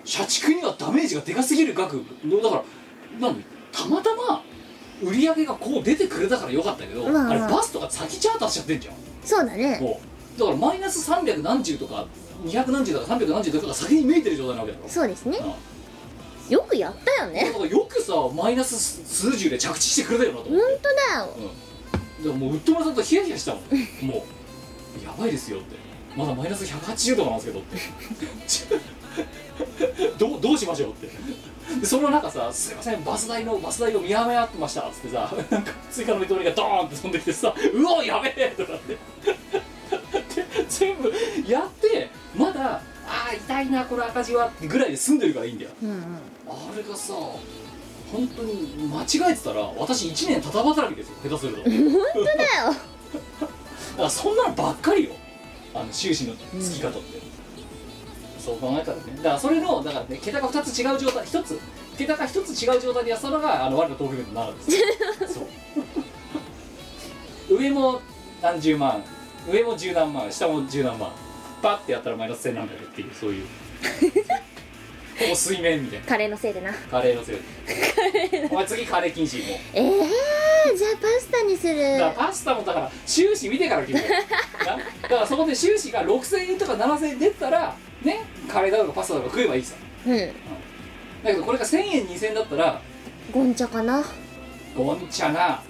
[SPEAKER 3] 社畜にはダメージがでかすぎる額だからなんたまたま売り上げがこう出てくれたからよかったけど、
[SPEAKER 1] まあまあ
[SPEAKER 3] あれバスとか先チャーターしちゃってんじゃん
[SPEAKER 1] そうだね
[SPEAKER 3] もうだからマイナス300何十とか200何十とか300何十とかが先に見えてる状態なわけだろ
[SPEAKER 1] そうですね
[SPEAKER 3] うん
[SPEAKER 1] よくやったよね
[SPEAKER 3] だからよくさマイナス数十で着地してくれたよなと
[SPEAKER 1] 本
[SPEAKER 3] 思って、
[SPEAKER 1] 当だよ
[SPEAKER 3] うん、だからもうウッドマンさんとヒヤヒヤしたもんもうやばいですよってまだマイナス180とかなんですけどってちょ どうどうしましょうってでその中さ「すいませんバス代のバス代を見誤ってました」っつってさなんか追加の見通りがドーンって飛んできてさ「うおやべえ!」とかってで全部やってまだ「ああ痛いなこの赤字は」ってぐらいで済んでるからいいんだよ
[SPEAKER 1] うんうん
[SPEAKER 3] あれがさ本当に間違えてたら私1年ただ働きですよ下手するとだ
[SPEAKER 1] 本当だよ
[SPEAKER 3] からそんなのばっかりよあの収支のつき方って、そう考えたらねだからそれのだからね桁が2つ違う状態1つ桁が1つ違う状態でやったのがあの我の東京弁の7ですそう上も何十万上も十何万下も十何万パッてやったらマイナス千何百っていうそういうほぼ水面みたいな
[SPEAKER 1] カレーのせいでな
[SPEAKER 3] カレーのせいお前次カレー禁止もう
[SPEAKER 1] えー、じゃあパスタにする
[SPEAKER 3] だからパスタもだから収支見てから決めるなだからそこで収支が6000円とか7000円出てたらねカレーだろうがパスタだろうが食えばいいさ
[SPEAKER 1] うん
[SPEAKER 3] だけどこれが1000円2000円だったら
[SPEAKER 1] ゴンチャかな
[SPEAKER 3] ゴンチャな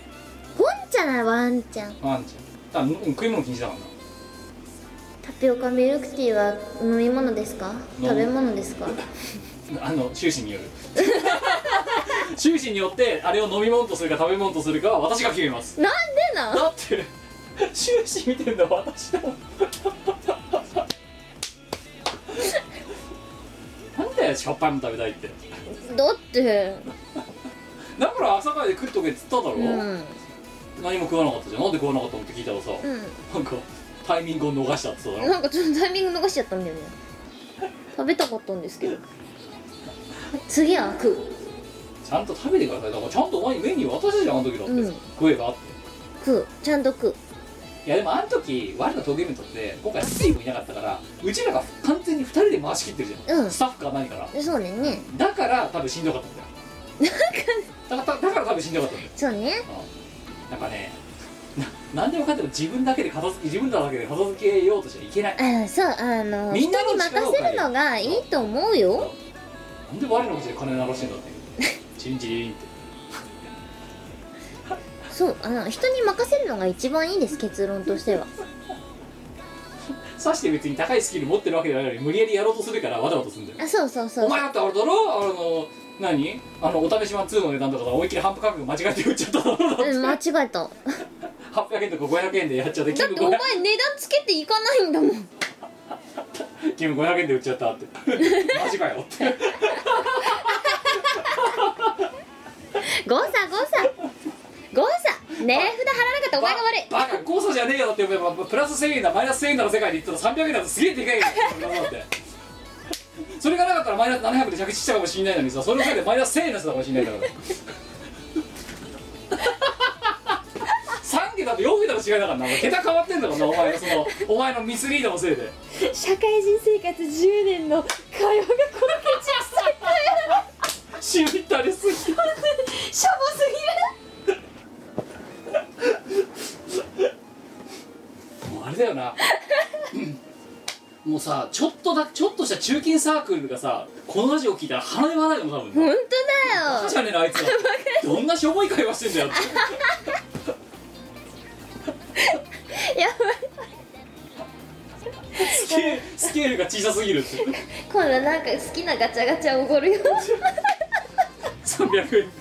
[SPEAKER 1] ゴンチャならワンちゃん
[SPEAKER 3] ワンちゃんだから食い物禁止だからな
[SPEAKER 1] タピオカミルクティーは飲み物ですか
[SPEAKER 3] む
[SPEAKER 1] 食べ物ですか
[SPEAKER 3] あの収支によ る収支によってあれを飲み物とするか食べ物とするかは私が決めます
[SPEAKER 1] なんでなん
[SPEAKER 3] だって終始見てるのは私だもんなんだよしょっぱいもん食べたいって
[SPEAKER 1] だって
[SPEAKER 3] だから朝会で食っとけっつっただろ、
[SPEAKER 1] うんうん
[SPEAKER 3] 何も食わなかったじゃんなんで食わなかったのって聞いたらさ、なんかタイミングを逃したって言っただろ
[SPEAKER 1] なんかちょっとタイミング逃しちゃったんだよね食べたかったんですけど次は食う
[SPEAKER 3] ちゃんと食べてくださいだからちゃんとお前にメニュー渡したじゃんあの時だって、
[SPEAKER 1] うん
[SPEAKER 3] 食えばって
[SPEAKER 1] 食うちゃんと食う
[SPEAKER 3] いやでもあの時我の峠弁とって今回スイもいなかったからうちらが完全に2人で回し切ってるじゃん、
[SPEAKER 1] うん
[SPEAKER 3] スタッフか何から
[SPEAKER 1] そうねね
[SPEAKER 3] だから多分しんどかったんだよだからだから多分しんどかったんだよ
[SPEAKER 1] そうね
[SPEAKER 3] なんかねな何でもかんでも自分だけで片付け自分らだけで片付けようとしてはいけない
[SPEAKER 1] あそうあの
[SPEAKER 3] み
[SPEAKER 1] 人に
[SPEAKER 3] んなの力を
[SPEAKER 1] 任
[SPEAKER 3] 借りる
[SPEAKER 1] せるのがいいと思うよ
[SPEAKER 3] なんで我の口で金鳴らしてんだってチリンチリンって
[SPEAKER 1] そうあの人に任せるのが一番いいです結論としては
[SPEAKER 3] さして別に高いスキル持ってるわけじゃないのに無理やりやろうとするからわざわざするんだよ
[SPEAKER 1] あそうそうそ
[SPEAKER 3] お
[SPEAKER 1] う
[SPEAKER 3] 前だってあれだろあの何あのお試し版2の値段とかさ思いっきり半額価格間違えて売っちゃった
[SPEAKER 1] う
[SPEAKER 3] の
[SPEAKER 1] ん間違えただっ
[SPEAKER 3] 800円とか500円でやっちゃってキ
[SPEAKER 1] て
[SPEAKER 3] ム
[SPEAKER 1] お前値
[SPEAKER 3] 500,
[SPEAKER 1] 段つけていかないんだもん
[SPEAKER 3] キム500円で売っちゃったってマジかよって
[SPEAKER 1] 誤差誤差誤差値札払わなかったお前が悪い
[SPEAKER 3] ババカコースじゃねえよって思えばプラス1000円だマイナス1000円だの世界で言ったら300円だとすげえでかい よだってそれがなかったらマイナス700で着地したかもしれないのにさそれのせいでマイナス1000円出したかもしれない から3桁と4桁の違いだからなお前桁変わってんだからなお前のそのお前のミスリードのせいで
[SPEAKER 1] 社会人生活10年の会話がこのケチくさい
[SPEAKER 3] しみったれすぎた
[SPEAKER 1] しょぼす
[SPEAKER 3] もうあれだよなもうさちょっとだちょっとした中堅サークルがさこのラジオ聞いたら鼻で笑いも多分
[SPEAKER 1] ぎる
[SPEAKER 3] な
[SPEAKER 1] 本
[SPEAKER 3] バ
[SPEAKER 1] 当
[SPEAKER 3] カ
[SPEAKER 1] だ
[SPEAKER 3] じ
[SPEAKER 1] よ
[SPEAKER 3] ゃねえなあいつはどんなしょぼい会話してんだよって
[SPEAKER 1] やばい
[SPEAKER 3] スケールスケールが小さすぎるって
[SPEAKER 1] 今度なんか好きなガチャガチャおごるよ
[SPEAKER 3] 300円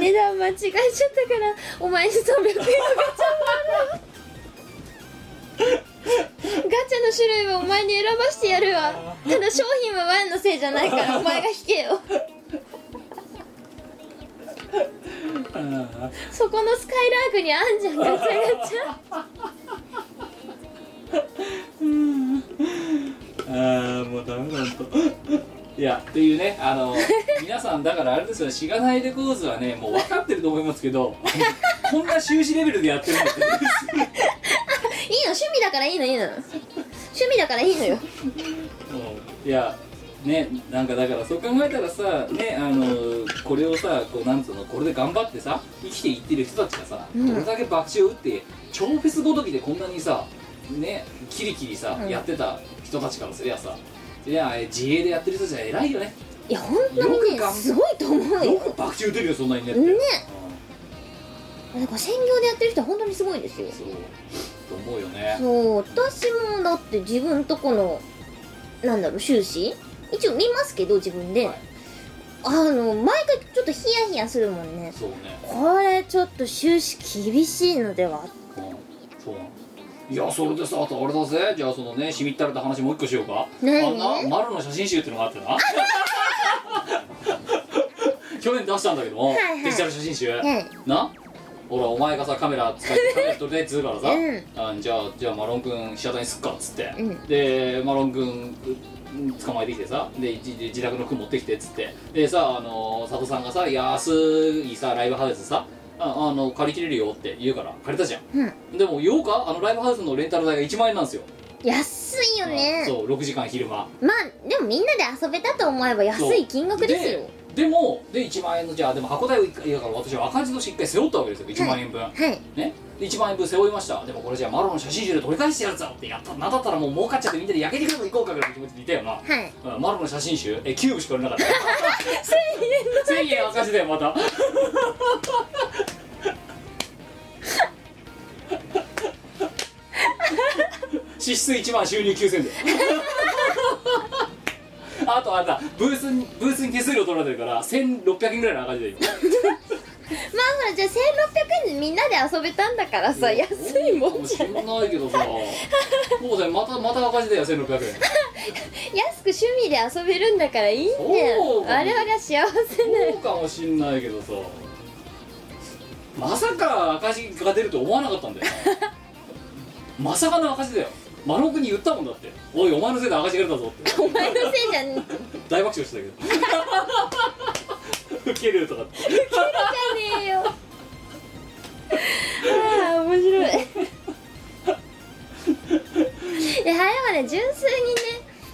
[SPEAKER 1] 値段間違えちゃったからお前に300円のガチャおごるガチャの種類はお前に選ばしてやるわただ商品はワンのせいじゃないからお前が引けよ
[SPEAKER 3] あ
[SPEAKER 1] そこのスカイラークにあんじゃんガチャガチャ
[SPEAKER 3] あーもうダメだといやっていうねあの皆さんだからあれですよしがないレコーズはねもう分かってると思いますけどこんな終始レベルでやってるんだって
[SPEAKER 1] いいの趣味だからいいのいいの趣味だからいいのよ
[SPEAKER 3] うんいやねなんかだからそう考えたらさねあのこれをさこうなんつうのこれで頑張ってさ生きていってる人たちがさ、
[SPEAKER 1] うん
[SPEAKER 3] どれだけ爆笑を打って超フェスごときでこんなにさねキリキリさ、
[SPEAKER 1] うん
[SPEAKER 3] やってた人たちからすりゃさいや自営でやってる人たちは偉いよね
[SPEAKER 1] いや本当
[SPEAKER 3] よ
[SPEAKER 1] に
[SPEAKER 3] く
[SPEAKER 1] ね
[SPEAKER 3] 頑張
[SPEAKER 1] すごいと思う
[SPEAKER 3] よ
[SPEAKER 1] よ
[SPEAKER 3] く爆笑打てるよそんなにねって、
[SPEAKER 1] ね
[SPEAKER 3] う
[SPEAKER 1] なんか専業でやってる人は本当にすごいですよ
[SPEAKER 3] んそうと思うよね
[SPEAKER 1] そう私もだって自分とこのなんだろう収支一応見ますけど自分で、
[SPEAKER 3] はい
[SPEAKER 1] あの毎回ちょっとヒヤヒヤするもんね
[SPEAKER 3] そうね
[SPEAKER 1] これちょっと収支厳しいのでは
[SPEAKER 3] うんそうなのいやそれでさあとあれだぜじゃあそのねしみったれた話もう一個しようか
[SPEAKER 1] 何
[SPEAKER 3] あんな丸の写真集ってのがあってな 去年出したんだけども、
[SPEAKER 1] いはい
[SPEAKER 3] デジタル写真集、
[SPEAKER 1] ね
[SPEAKER 3] なほらお前がさカメラ使ってカメラ撮りたいっつうからさ、
[SPEAKER 1] うん
[SPEAKER 3] あじゃあじゃあマロン君被写体にすっかっつって、
[SPEAKER 1] うん
[SPEAKER 3] でマロン君う捕まえてきてさで自自自宅の服持ってきてっつってでさあの佐藤さんがさ安いさライブハウスさああの借り切れるよって言うから借りたじゃん
[SPEAKER 1] うん
[SPEAKER 3] でも8日あのライブハウスのレンタル代が1万円なんですよ
[SPEAKER 1] 安いよね
[SPEAKER 3] あそう6時間昼間
[SPEAKER 1] まあでもみんなで遊べたと思えば安い金額ですよ
[SPEAKER 3] ででもで1万円のじゃあでも箱代を1回だから私は赤字として1回背負ったわけですよ1万円分、
[SPEAKER 1] はい
[SPEAKER 3] ね、で1万円分背負いましたでもこれじゃあマロの写真集で取り返してやるぞってやったなんだったらもう儲かっちゃってみんなで焼け肉でも行こうかぐらいの気持ちでいたよな、
[SPEAKER 1] はい
[SPEAKER 3] うんマロの写真集えキューブしか売れ なかった1000円1000円赤字だよまた 支出1万収入9000で あとあれだブースにブースに手数料取られてるから1600円ぐらいの赤字だよ今
[SPEAKER 1] まあほらじゃあ1600円でみんなで遊べたんだからさ安いもんじゃ
[SPEAKER 3] んかもしんないけどさそうだよまたまた赤字だよ1600円
[SPEAKER 1] 安く趣味で遊べるんだからいいんだ
[SPEAKER 3] そ
[SPEAKER 1] よ
[SPEAKER 3] う
[SPEAKER 1] 我々は幸せだよ
[SPEAKER 3] そうかもしんないけどさまさか赤字が出ると思わなかったんだよなまさかの赤字だよマロクに言ったもんだっておいお前のせいで赤字が出たぞって
[SPEAKER 1] お前のせいじゃん
[SPEAKER 3] 大爆笑してたけど ウケるとかって
[SPEAKER 1] じゃねえよああ面 白いであれはね純粋にね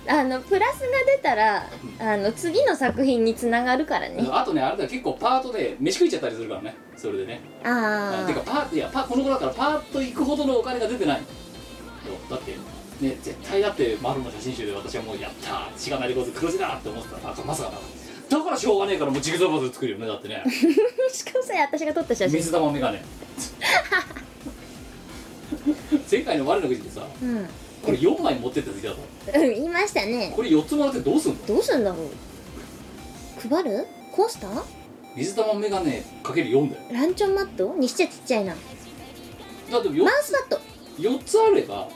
[SPEAKER 1] あのプラスが出たらあの次の作品につながるからね
[SPEAKER 3] あとねあれだよ結構パートで飯食いちゃったりするからねそれでね
[SPEAKER 1] あ
[SPEAKER 3] てか
[SPEAKER 1] あ
[SPEAKER 3] パーいやパこの子だからパーッと行くほどのお金が出てないそうだってね絶対だって丸の写真集で私はもうやったーしがないレコーズ黒字だーって思ってたらあまさかだだからしょうがねえからもうジグザグパズル作るよねだってね
[SPEAKER 1] しかもそれ私が撮った写真
[SPEAKER 3] 水玉メガネ 前回の我の国でさ
[SPEAKER 1] うん
[SPEAKER 3] これ4枚持ってって好きだぞ
[SPEAKER 1] うん言いましたね
[SPEAKER 3] これ4つもらってどうすんの
[SPEAKER 1] どうすんだろう配るコースター
[SPEAKER 3] 水玉メガネかける4だよ
[SPEAKER 1] ランチョンマットにしちゃちっちゃいな
[SPEAKER 3] だって
[SPEAKER 1] マ
[SPEAKER 3] 4,
[SPEAKER 1] ウスパッド
[SPEAKER 3] 4つあれば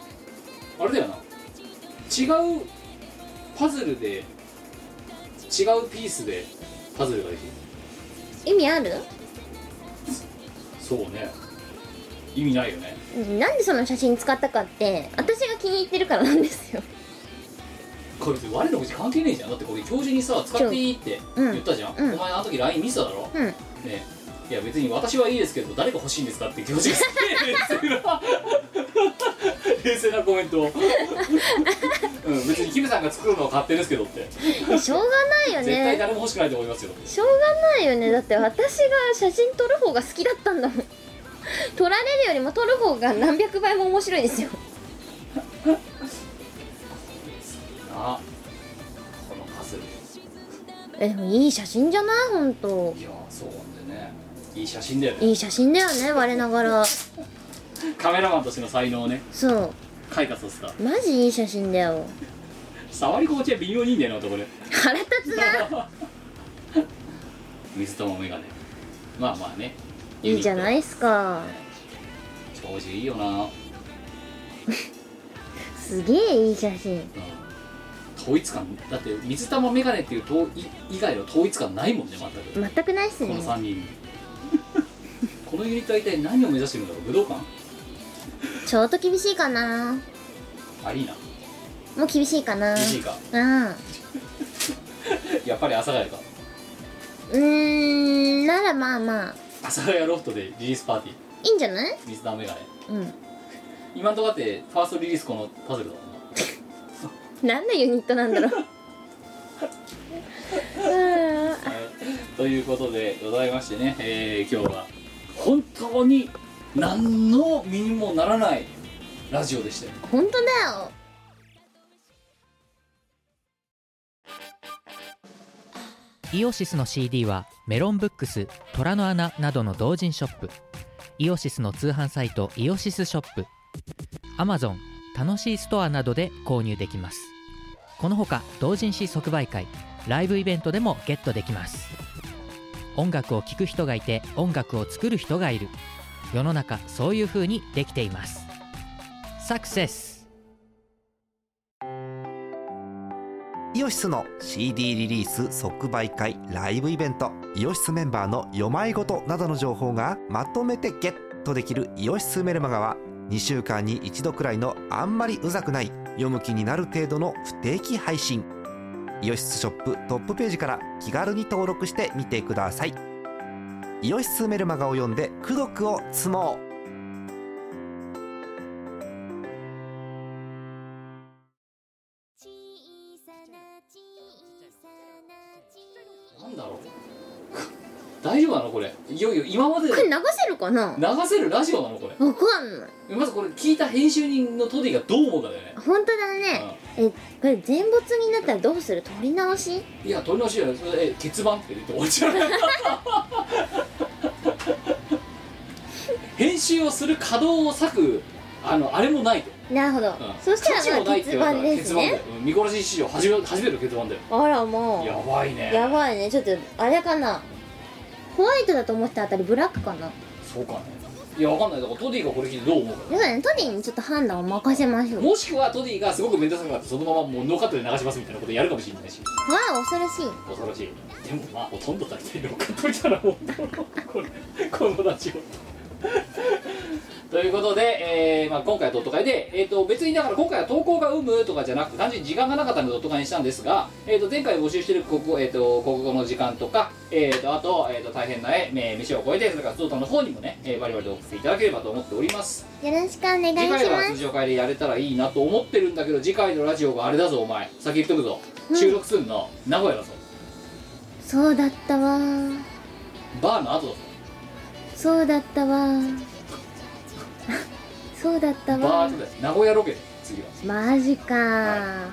[SPEAKER 3] あれだよな違うパズルで違うピースでパズルができる
[SPEAKER 1] 意味ある
[SPEAKER 3] そうね意味ないよね
[SPEAKER 1] うんなんでその写真使ったかって私が気に入ってるからなんですよ
[SPEAKER 3] これ別に我の口関係ねえじゃんだってこれ教授にさ使っていいって
[SPEAKER 1] うん
[SPEAKER 3] 言ったじゃん、
[SPEAKER 1] うん
[SPEAKER 3] お前あの時 LINE 見せただろ、ね
[SPEAKER 1] うん
[SPEAKER 3] えいや別に私はいいですけど誰が欲しいんですかって教授が冷静なコメン トをうん別にキムさんが作るのは勝手ですけどって
[SPEAKER 1] いやしょうがないよ
[SPEAKER 3] 絶対
[SPEAKER 1] ね
[SPEAKER 3] 誰も欲しくないと思いますよ
[SPEAKER 1] しょうがないよねだって私が写真撮る方が好きだったんだもん撮られるよりも撮る方が何百倍も面白いですよ
[SPEAKER 3] なあこのパズル
[SPEAKER 1] えでもいい写真じゃない本当
[SPEAKER 3] いやそうなんでねいい写真だよね
[SPEAKER 1] いい写真だよね我ながら
[SPEAKER 3] カメラマンとしての才能をね
[SPEAKER 1] そ
[SPEAKER 3] 開花させた
[SPEAKER 1] うマジいい写真だよ
[SPEAKER 3] 触り心地は微妙にいいんだよな男ね
[SPEAKER 1] 腹立つな
[SPEAKER 3] 水ともメガネまあまあね
[SPEAKER 1] いいじゃないいっすか
[SPEAKER 3] 長寿いいよな、うん、
[SPEAKER 1] すげえいい写真
[SPEAKER 3] 統一感だって水玉メガネっていうとい以外の統一感ないもんね全く、
[SPEAKER 1] 全くないっす
[SPEAKER 3] こ
[SPEAKER 1] ね
[SPEAKER 3] の3人このユニットは一体何を目指してるんだろう武道館
[SPEAKER 1] ちょっと厳しいかな
[SPEAKER 3] アリーナ
[SPEAKER 1] もう厳しいかな
[SPEAKER 3] g か
[SPEAKER 1] うん
[SPEAKER 3] やっぱり阿佐ヶ谷か
[SPEAKER 1] うーんならまあまあ
[SPEAKER 3] 阿佐ヶ谷ロフトでリリースパーティー
[SPEAKER 1] いいんじゃない
[SPEAKER 3] 水玉メガネ
[SPEAKER 1] うん
[SPEAKER 3] 今んとこだってファーストリリースこのパズルだもんな
[SPEAKER 1] 何のユニットなんだろう うーん
[SPEAKER 3] はいということでございましてね、えー今日は本当に何の身にもならないラジオでしたよ
[SPEAKER 1] 本当だよ
[SPEAKER 4] イオシスの CD はメロンブックス虎の穴などの同人ショップイオシスの通販サイトイオシスショップ Amazon 楽しいストアなどで購入できますこのほか同人誌即売会ライブイベントでもゲットできます音楽を聴く人がいて音楽を作る人がいる世の中そういう風にできていますサクセス
[SPEAKER 5] イオシスの CD リリース即売会ライブイベントイオシスメンバーの読まいごとなどの情報がまとめてゲットできる「イオシスメルマガ」は2週間に1度くらいのあんまりうざくない読む気になる程度の不定期配信イオシスショップトップページから気軽に登録してみてくださいイオシスメルマガを読んで「功徳を積もう」
[SPEAKER 3] なんだろう 大丈夫なのこれいよいよ今まで
[SPEAKER 1] こ
[SPEAKER 3] の
[SPEAKER 1] れ流せるかな
[SPEAKER 3] 流せるラジオなのこ
[SPEAKER 1] わかんない
[SPEAKER 3] れまずこれ聞いた編集人のトディがどう思うかだよね
[SPEAKER 1] 本当だねえこれ全没になったらどうする撮り直し
[SPEAKER 3] いや取り直しじゃないそれえ欠番って言って終わっちゃう 編集をする稼働を割くあのあれもないと
[SPEAKER 1] なるほど、
[SPEAKER 3] うん
[SPEAKER 1] そした
[SPEAKER 3] 価値
[SPEAKER 1] ら
[SPEAKER 3] も
[SPEAKER 1] まあ
[SPEAKER 3] ないって
[SPEAKER 1] 結
[SPEAKER 3] 言われ
[SPEAKER 1] 番
[SPEAKER 3] たら
[SPEAKER 1] です
[SPEAKER 3] 結論だ
[SPEAKER 1] ね
[SPEAKER 3] よ、うん見殺し史上初め初めての結論だよ
[SPEAKER 1] あらもう
[SPEAKER 3] やばいね
[SPEAKER 1] やばいねちょっとあれかなホワイトだと思ってたあたりブラックかな
[SPEAKER 3] そうかねいやわかんないだからトディがこれ聞いてどう思うか
[SPEAKER 1] 皆さんねトディにちょっと判断を任せましょうわ
[SPEAKER 3] もしくはトディがすごく面倒くさくなってそのままもうノーカットで流しますみたいなことやるかもしれないし
[SPEAKER 1] あ恐ろしい
[SPEAKER 3] 恐ろしいでもまあほとんど大体ノーカットみたいなもんだろう これこのラジオ ということで、えーまあ、今回はドット会で、えー、と別にだから今回は投稿が有無とかじゃなくて単純に時間がなかったのでドット会にしたんですが、えー、と前回募集している国語,、えー、と国語の時間とか、えー、とあと,、えー、と大変な、えー、飯を超えてそれからゾウタの方にもね、えー、バリバリと送っていただければと思っております
[SPEAKER 1] よろしくお願い
[SPEAKER 3] 次
[SPEAKER 1] し
[SPEAKER 3] 回は
[SPEAKER 1] ま
[SPEAKER 3] 通
[SPEAKER 1] す
[SPEAKER 3] 常会でやれたらいいなと思ってるんだけど次回のラジオがあれだぞお前先言っとくぞ、
[SPEAKER 1] うん
[SPEAKER 3] 収録するの名古屋だぞ
[SPEAKER 1] そうだったわ
[SPEAKER 3] バーの後だぞ
[SPEAKER 1] そうだったわ そうだった
[SPEAKER 3] バ
[SPEAKER 1] わ
[SPEAKER 3] ーで名古屋ロケで次は
[SPEAKER 1] マジか、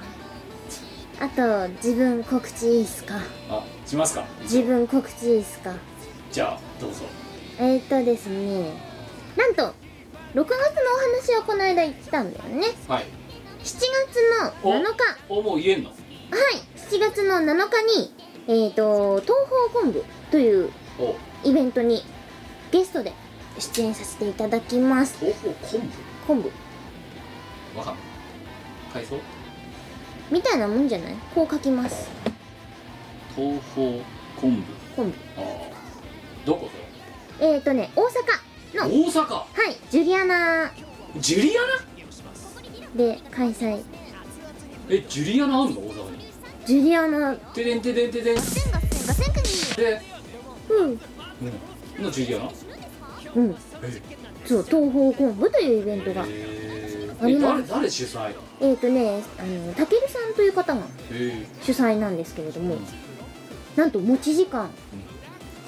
[SPEAKER 1] あと自分告知いいっすか
[SPEAKER 3] あしますか
[SPEAKER 1] 自分告知いいっすか
[SPEAKER 3] じゃあどうぞ
[SPEAKER 1] えー、っとですねなんと6月のお話はこの間言ったんだよね
[SPEAKER 3] はい
[SPEAKER 1] 7 7月の
[SPEAKER 3] お
[SPEAKER 1] 7日は
[SPEAKER 3] おもう言えんの
[SPEAKER 1] い7月の7日にえっ、と東方昆布という
[SPEAKER 3] おお
[SPEAKER 1] イベントにゲストで出演させていただきます
[SPEAKER 3] 豆腐昆
[SPEAKER 1] 昆布
[SPEAKER 3] 布わかんない海藻
[SPEAKER 1] みたいなもんじゃないこう書きます
[SPEAKER 3] 豆腐昆
[SPEAKER 1] 昆布
[SPEAKER 3] 布ああどこ
[SPEAKER 1] えっ、ー、とね大阪
[SPEAKER 3] そ
[SPEAKER 1] の
[SPEAKER 3] れ大
[SPEAKER 1] はい
[SPEAKER 3] 阪
[SPEAKER 1] ジュリアナ
[SPEAKER 3] ジュリアナ
[SPEAKER 1] で開催
[SPEAKER 3] えジュリアナあんの大阪に
[SPEAKER 1] ジュリアナ
[SPEAKER 3] てでんてでんてでんで
[SPEAKER 1] うん
[SPEAKER 3] うんのジュリアナ
[SPEAKER 1] うんそう東方昆布というイベントが
[SPEAKER 3] え
[SPEAKER 1] あり
[SPEAKER 3] ー、え
[SPEAKER 1] ます
[SPEAKER 3] 誰誰主催へ
[SPEAKER 1] えっ、ー、とねあのたけるさんという方が
[SPEAKER 3] え
[SPEAKER 1] 主催なんですけれどもなんと持ち時間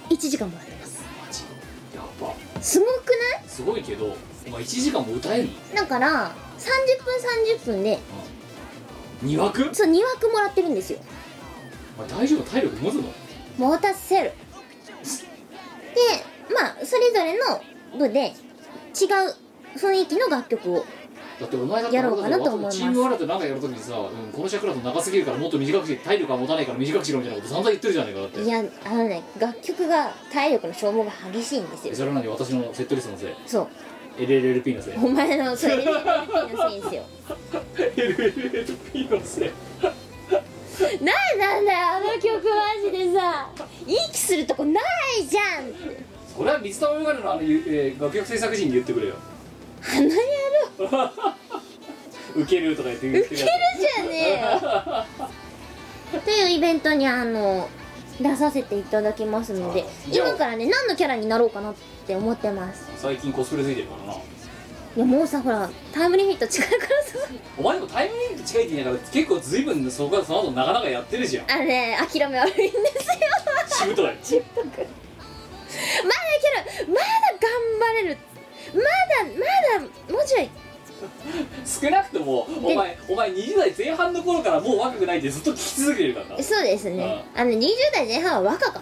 [SPEAKER 1] 1時間もあります
[SPEAKER 3] やば
[SPEAKER 1] すごくな
[SPEAKER 3] すごいけどお前1時間も歌えるの
[SPEAKER 1] いだから30分30分で
[SPEAKER 3] 2枠お
[SPEAKER 1] そう2枠もらってるんですよ
[SPEAKER 3] 前大丈夫体力持つの
[SPEAKER 1] 持たせるでまあそれぞれの部で違う雰囲気の楽曲を
[SPEAKER 3] だってお前だって
[SPEAKER 1] やろうかなと思います
[SPEAKER 3] チームワールドなんかやるときにさ、うん、この尺だと長すぎるからもっと短くして体力は持たないから短くしろみたいなこと散々言ってるじゃないかだって
[SPEAKER 1] いやあのね楽曲が体力の消耗が激しいんです
[SPEAKER 3] え
[SPEAKER 1] よ
[SPEAKER 3] それなのに私のセットリストのせい
[SPEAKER 1] そう
[SPEAKER 3] LLLP のせい
[SPEAKER 1] お前のそれでいいんですよ
[SPEAKER 3] LLLP のせい
[SPEAKER 1] なんなんだよあの曲マジでさ 息するとこないじゃん
[SPEAKER 3] それは水溜りガネのあの、えー楽曲制作陣に言ってくれよ
[SPEAKER 1] あの野郎
[SPEAKER 3] ウケるとか言って言ってくれよ
[SPEAKER 1] じゃねえよというイベントにあの出させていただきますので
[SPEAKER 3] あいや
[SPEAKER 1] 今からね何のキャラになろうかなって思ってます
[SPEAKER 3] 最近コスプレついてるからない
[SPEAKER 1] やもうさほらタイムリミット近いからさ
[SPEAKER 3] お前でもタイムリミット近いって言いながら結構随分そこからその後なかなかやってるじゃん
[SPEAKER 1] あのね諦め悪い んですよ
[SPEAKER 3] しぶとい
[SPEAKER 1] まだいけるまだ頑張れるまだまだもうちょい
[SPEAKER 3] 少なくともお前お前20代前半の頃からもう若くないってずっと聞き続けてるからな
[SPEAKER 1] そうですねあの20代前半は若かった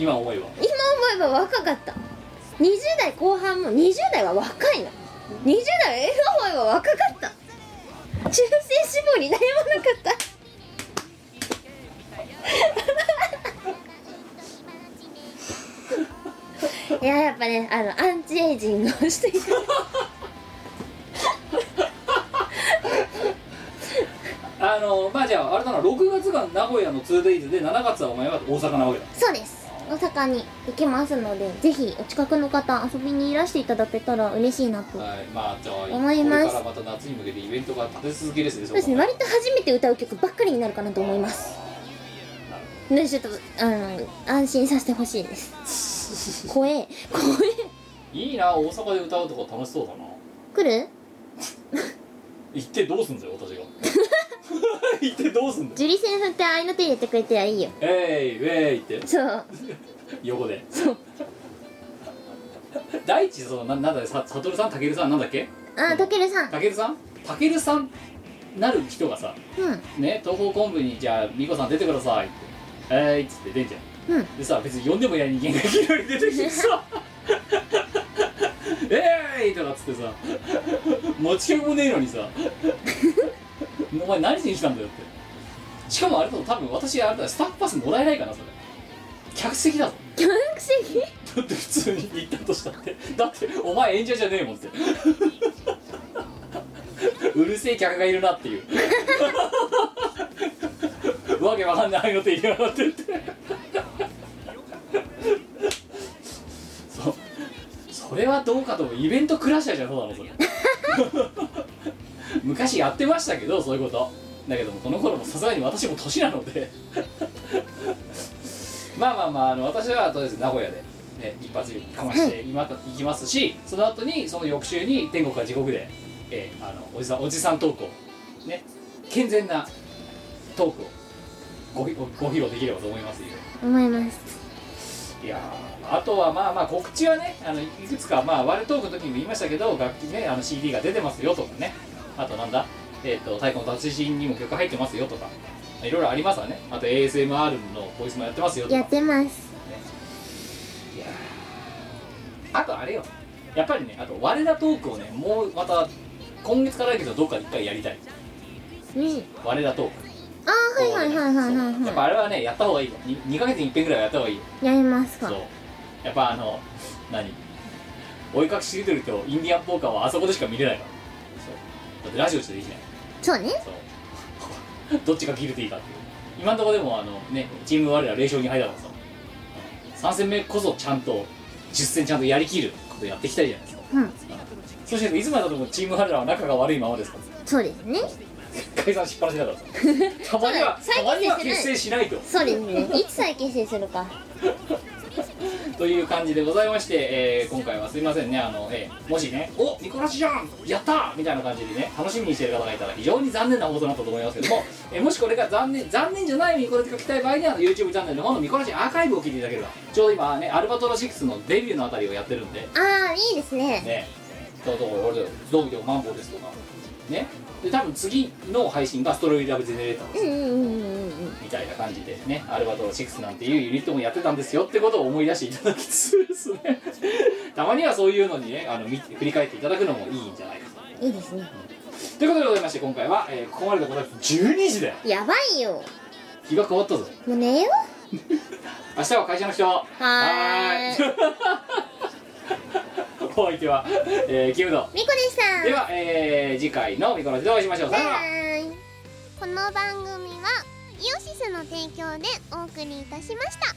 [SPEAKER 3] 今思えば
[SPEAKER 1] 今思えば若かった20代後半も20代は若いの20代は今思えば若かった中性脂肪に悩まなかった いややっぱねあのアンチエイジングをしていく
[SPEAKER 3] あのまあじゃああれだな6月が名古屋の 2days で7月はお前は大阪なわけだ
[SPEAKER 1] そうです大阪に行きますのでぜひお近くの方遊びにいらしていただけたら嬉しいなと
[SPEAKER 3] はいまあじゃあ
[SPEAKER 1] 思います
[SPEAKER 3] これからまた夏に向けてイベントが立て続けですね
[SPEAKER 1] そうですね割と初めて歌う曲ばっかりになるかなと思いますねちょっとあの安心させてほしいです 怖え怖え
[SPEAKER 3] いいな大阪で歌うとか楽しそうだな
[SPEAKER 1] 来る
[SPEAKER 3] 行ってどうすんだよ 私が行ってどうすんだよ
[SPEAKER 1] 樹里線振って愛の手入れてくれてはいいよ
[SPEAKER 3] えいウェイって
[SPEAKER 1] そう
[SPEAKER 3] 横で第一そのななんださ悟さんたけるさんなんだっけ
[SPEAKER 1] あたけるさん
[SPEAKER 3] たけるさんたけるさんなる人がさ
[SPEAKER 1] う
[SPEAKER 3] ね東方昆布にじゃあ美子さん出てくださいって「えーい」っつって出んじゃん
[SPEAKER 1] んうん
[SPEAKER 3] でさ別に呼んでもいない人 間がいきなり出てきてさ「えーい!」とかっつってさ持ち曲もねえのにさ「お前何しに来たんだよ」ってしかもあれだと多分私あれだスタッフパスもらえないかなそれ客席だぞ
[SPEAKER 1] 教育席
[SPEAKER 3] だって普通に行ったとしたってだってお前演者じゃねえもんって うるせえ客がいるなっていう わけわかんないのって言いやがってって そうそれはどうかと思うイベントクラッシャーじゃそうだろそれ 昔やってましたけどそういうことだけどもこの頃もさすがに私も年なので まあまあまああの私はとりあえず名古屋で、ね、一発かまして今行きますしその後にその翌週に天国か地獄で、えーあのおじさんおじさんトークをね健全なトークをごひごご披露できればと思いますよ
[SPEAKER 1] 思います
[SPEAKER 3] いやーあとはまあまあ告知はねあのいくつかまあ割れトークの時にも言いましたけど楽器ねあの CD が出てますよとかねあとなんだえっ、と太鼓の達人にも曲入ってますよとかいろいろありますわねあと ASMR のボイスもやってますよとか
[SPEAKER 1] やってます
[SPEAKER 3] いやーあとあれよやっぱりねあと我らトークをねもうまた今月からだけどどっかで一回やりたい
[SPEAKER 1] うん
[SPEAKER 3] 我だと
[SPEAKER 1] ああはいはいはいはいはい
[SPEAKER 3] やっぱ
[SPEAKER 1] は
[SPEAKER 3] あれはねやった方がいいに 2, ヶ月に1遍ぐらいはやった方がいい
[SPEAKER 1] いやりますか
[SPEAKER 3] そうやっぱあの何追い隠しリトルとインディアンポーカーはあそこでしか見れないからそうだってラジオじゃできない
[SPEAKER 1] そうね
[SPEAKER 3] そう どっちが切れていいかっていう今んとこでもあのねチーム我ら0勝2敗だからさ3戦目こそちゃんと10戦ちゃんとやりきることやっていきたいじゃないですか
[SPEAKER 1] うん
[SPEAKER 3] そしていつまでたってもチーム我らは仲が悪いままですから
[SPEAKER 1] そうですね
[SPEAKER 3] 解散しっぱなしだからさたまには
[SPEAKER 1] そうだよ
[SPEAKER 3] たまには
[SPEAKER 1] 再結成
[SPEAKER 3] 結成しないと
[SPEAKER 1] そうですねいつ再結成するか
[SPEAKER 3] という感じでございまして、えー今回はすいませんねあの、えーもしね「おニコラシじゃんやった!」みたいな感じでね楽しみにしている方がいたら非常に残念な放送になったと思いますけども、えーもしこれが残念残念じゃないニコラジが来たい場合にはあの YouTube チャンネルの方のニコラジアーカイブを聞いていただければちょうど今ねアルバトロ6のデビューのあたりをやってるんで
[SPEAKER 1] ああいいですね
[SPEAKER 3] ねどうどう俺どうどうマンボウですとかねで多分次の配信がストロイラブジェネレーター
[SPEAKER 1] うんうんうんうんうん
[SPEAKER 3] みたいな感じでねアルバトロ6なんていうユニットもやってたんですよってことを思い出していただきつつですね たまにはそういうのにねあの見振り返っていただくのもいいんじゃないかと
[SPEAKER 1] いいですね
[SPEAKER 3] ということでございまして今回は、えーここまででございます12時だよ
[SPEAKER 1] やばいよ
[SPEAKER 3] 日が変わったぞ
[SPEAKER 1] もう寝よう
[SPEAKER 3] 明日は会社の人は
[SPEAKER 1] ーい
[SPEAKER 3] ーい お相手は、えー、キムド
[SPEAKER 1] みこでした
[SPEAKER 3] では、えー次回のミコのでお会いしましょうさよなら
[SPEAKER 6] この番組はイオシスの提供でお送りいたしました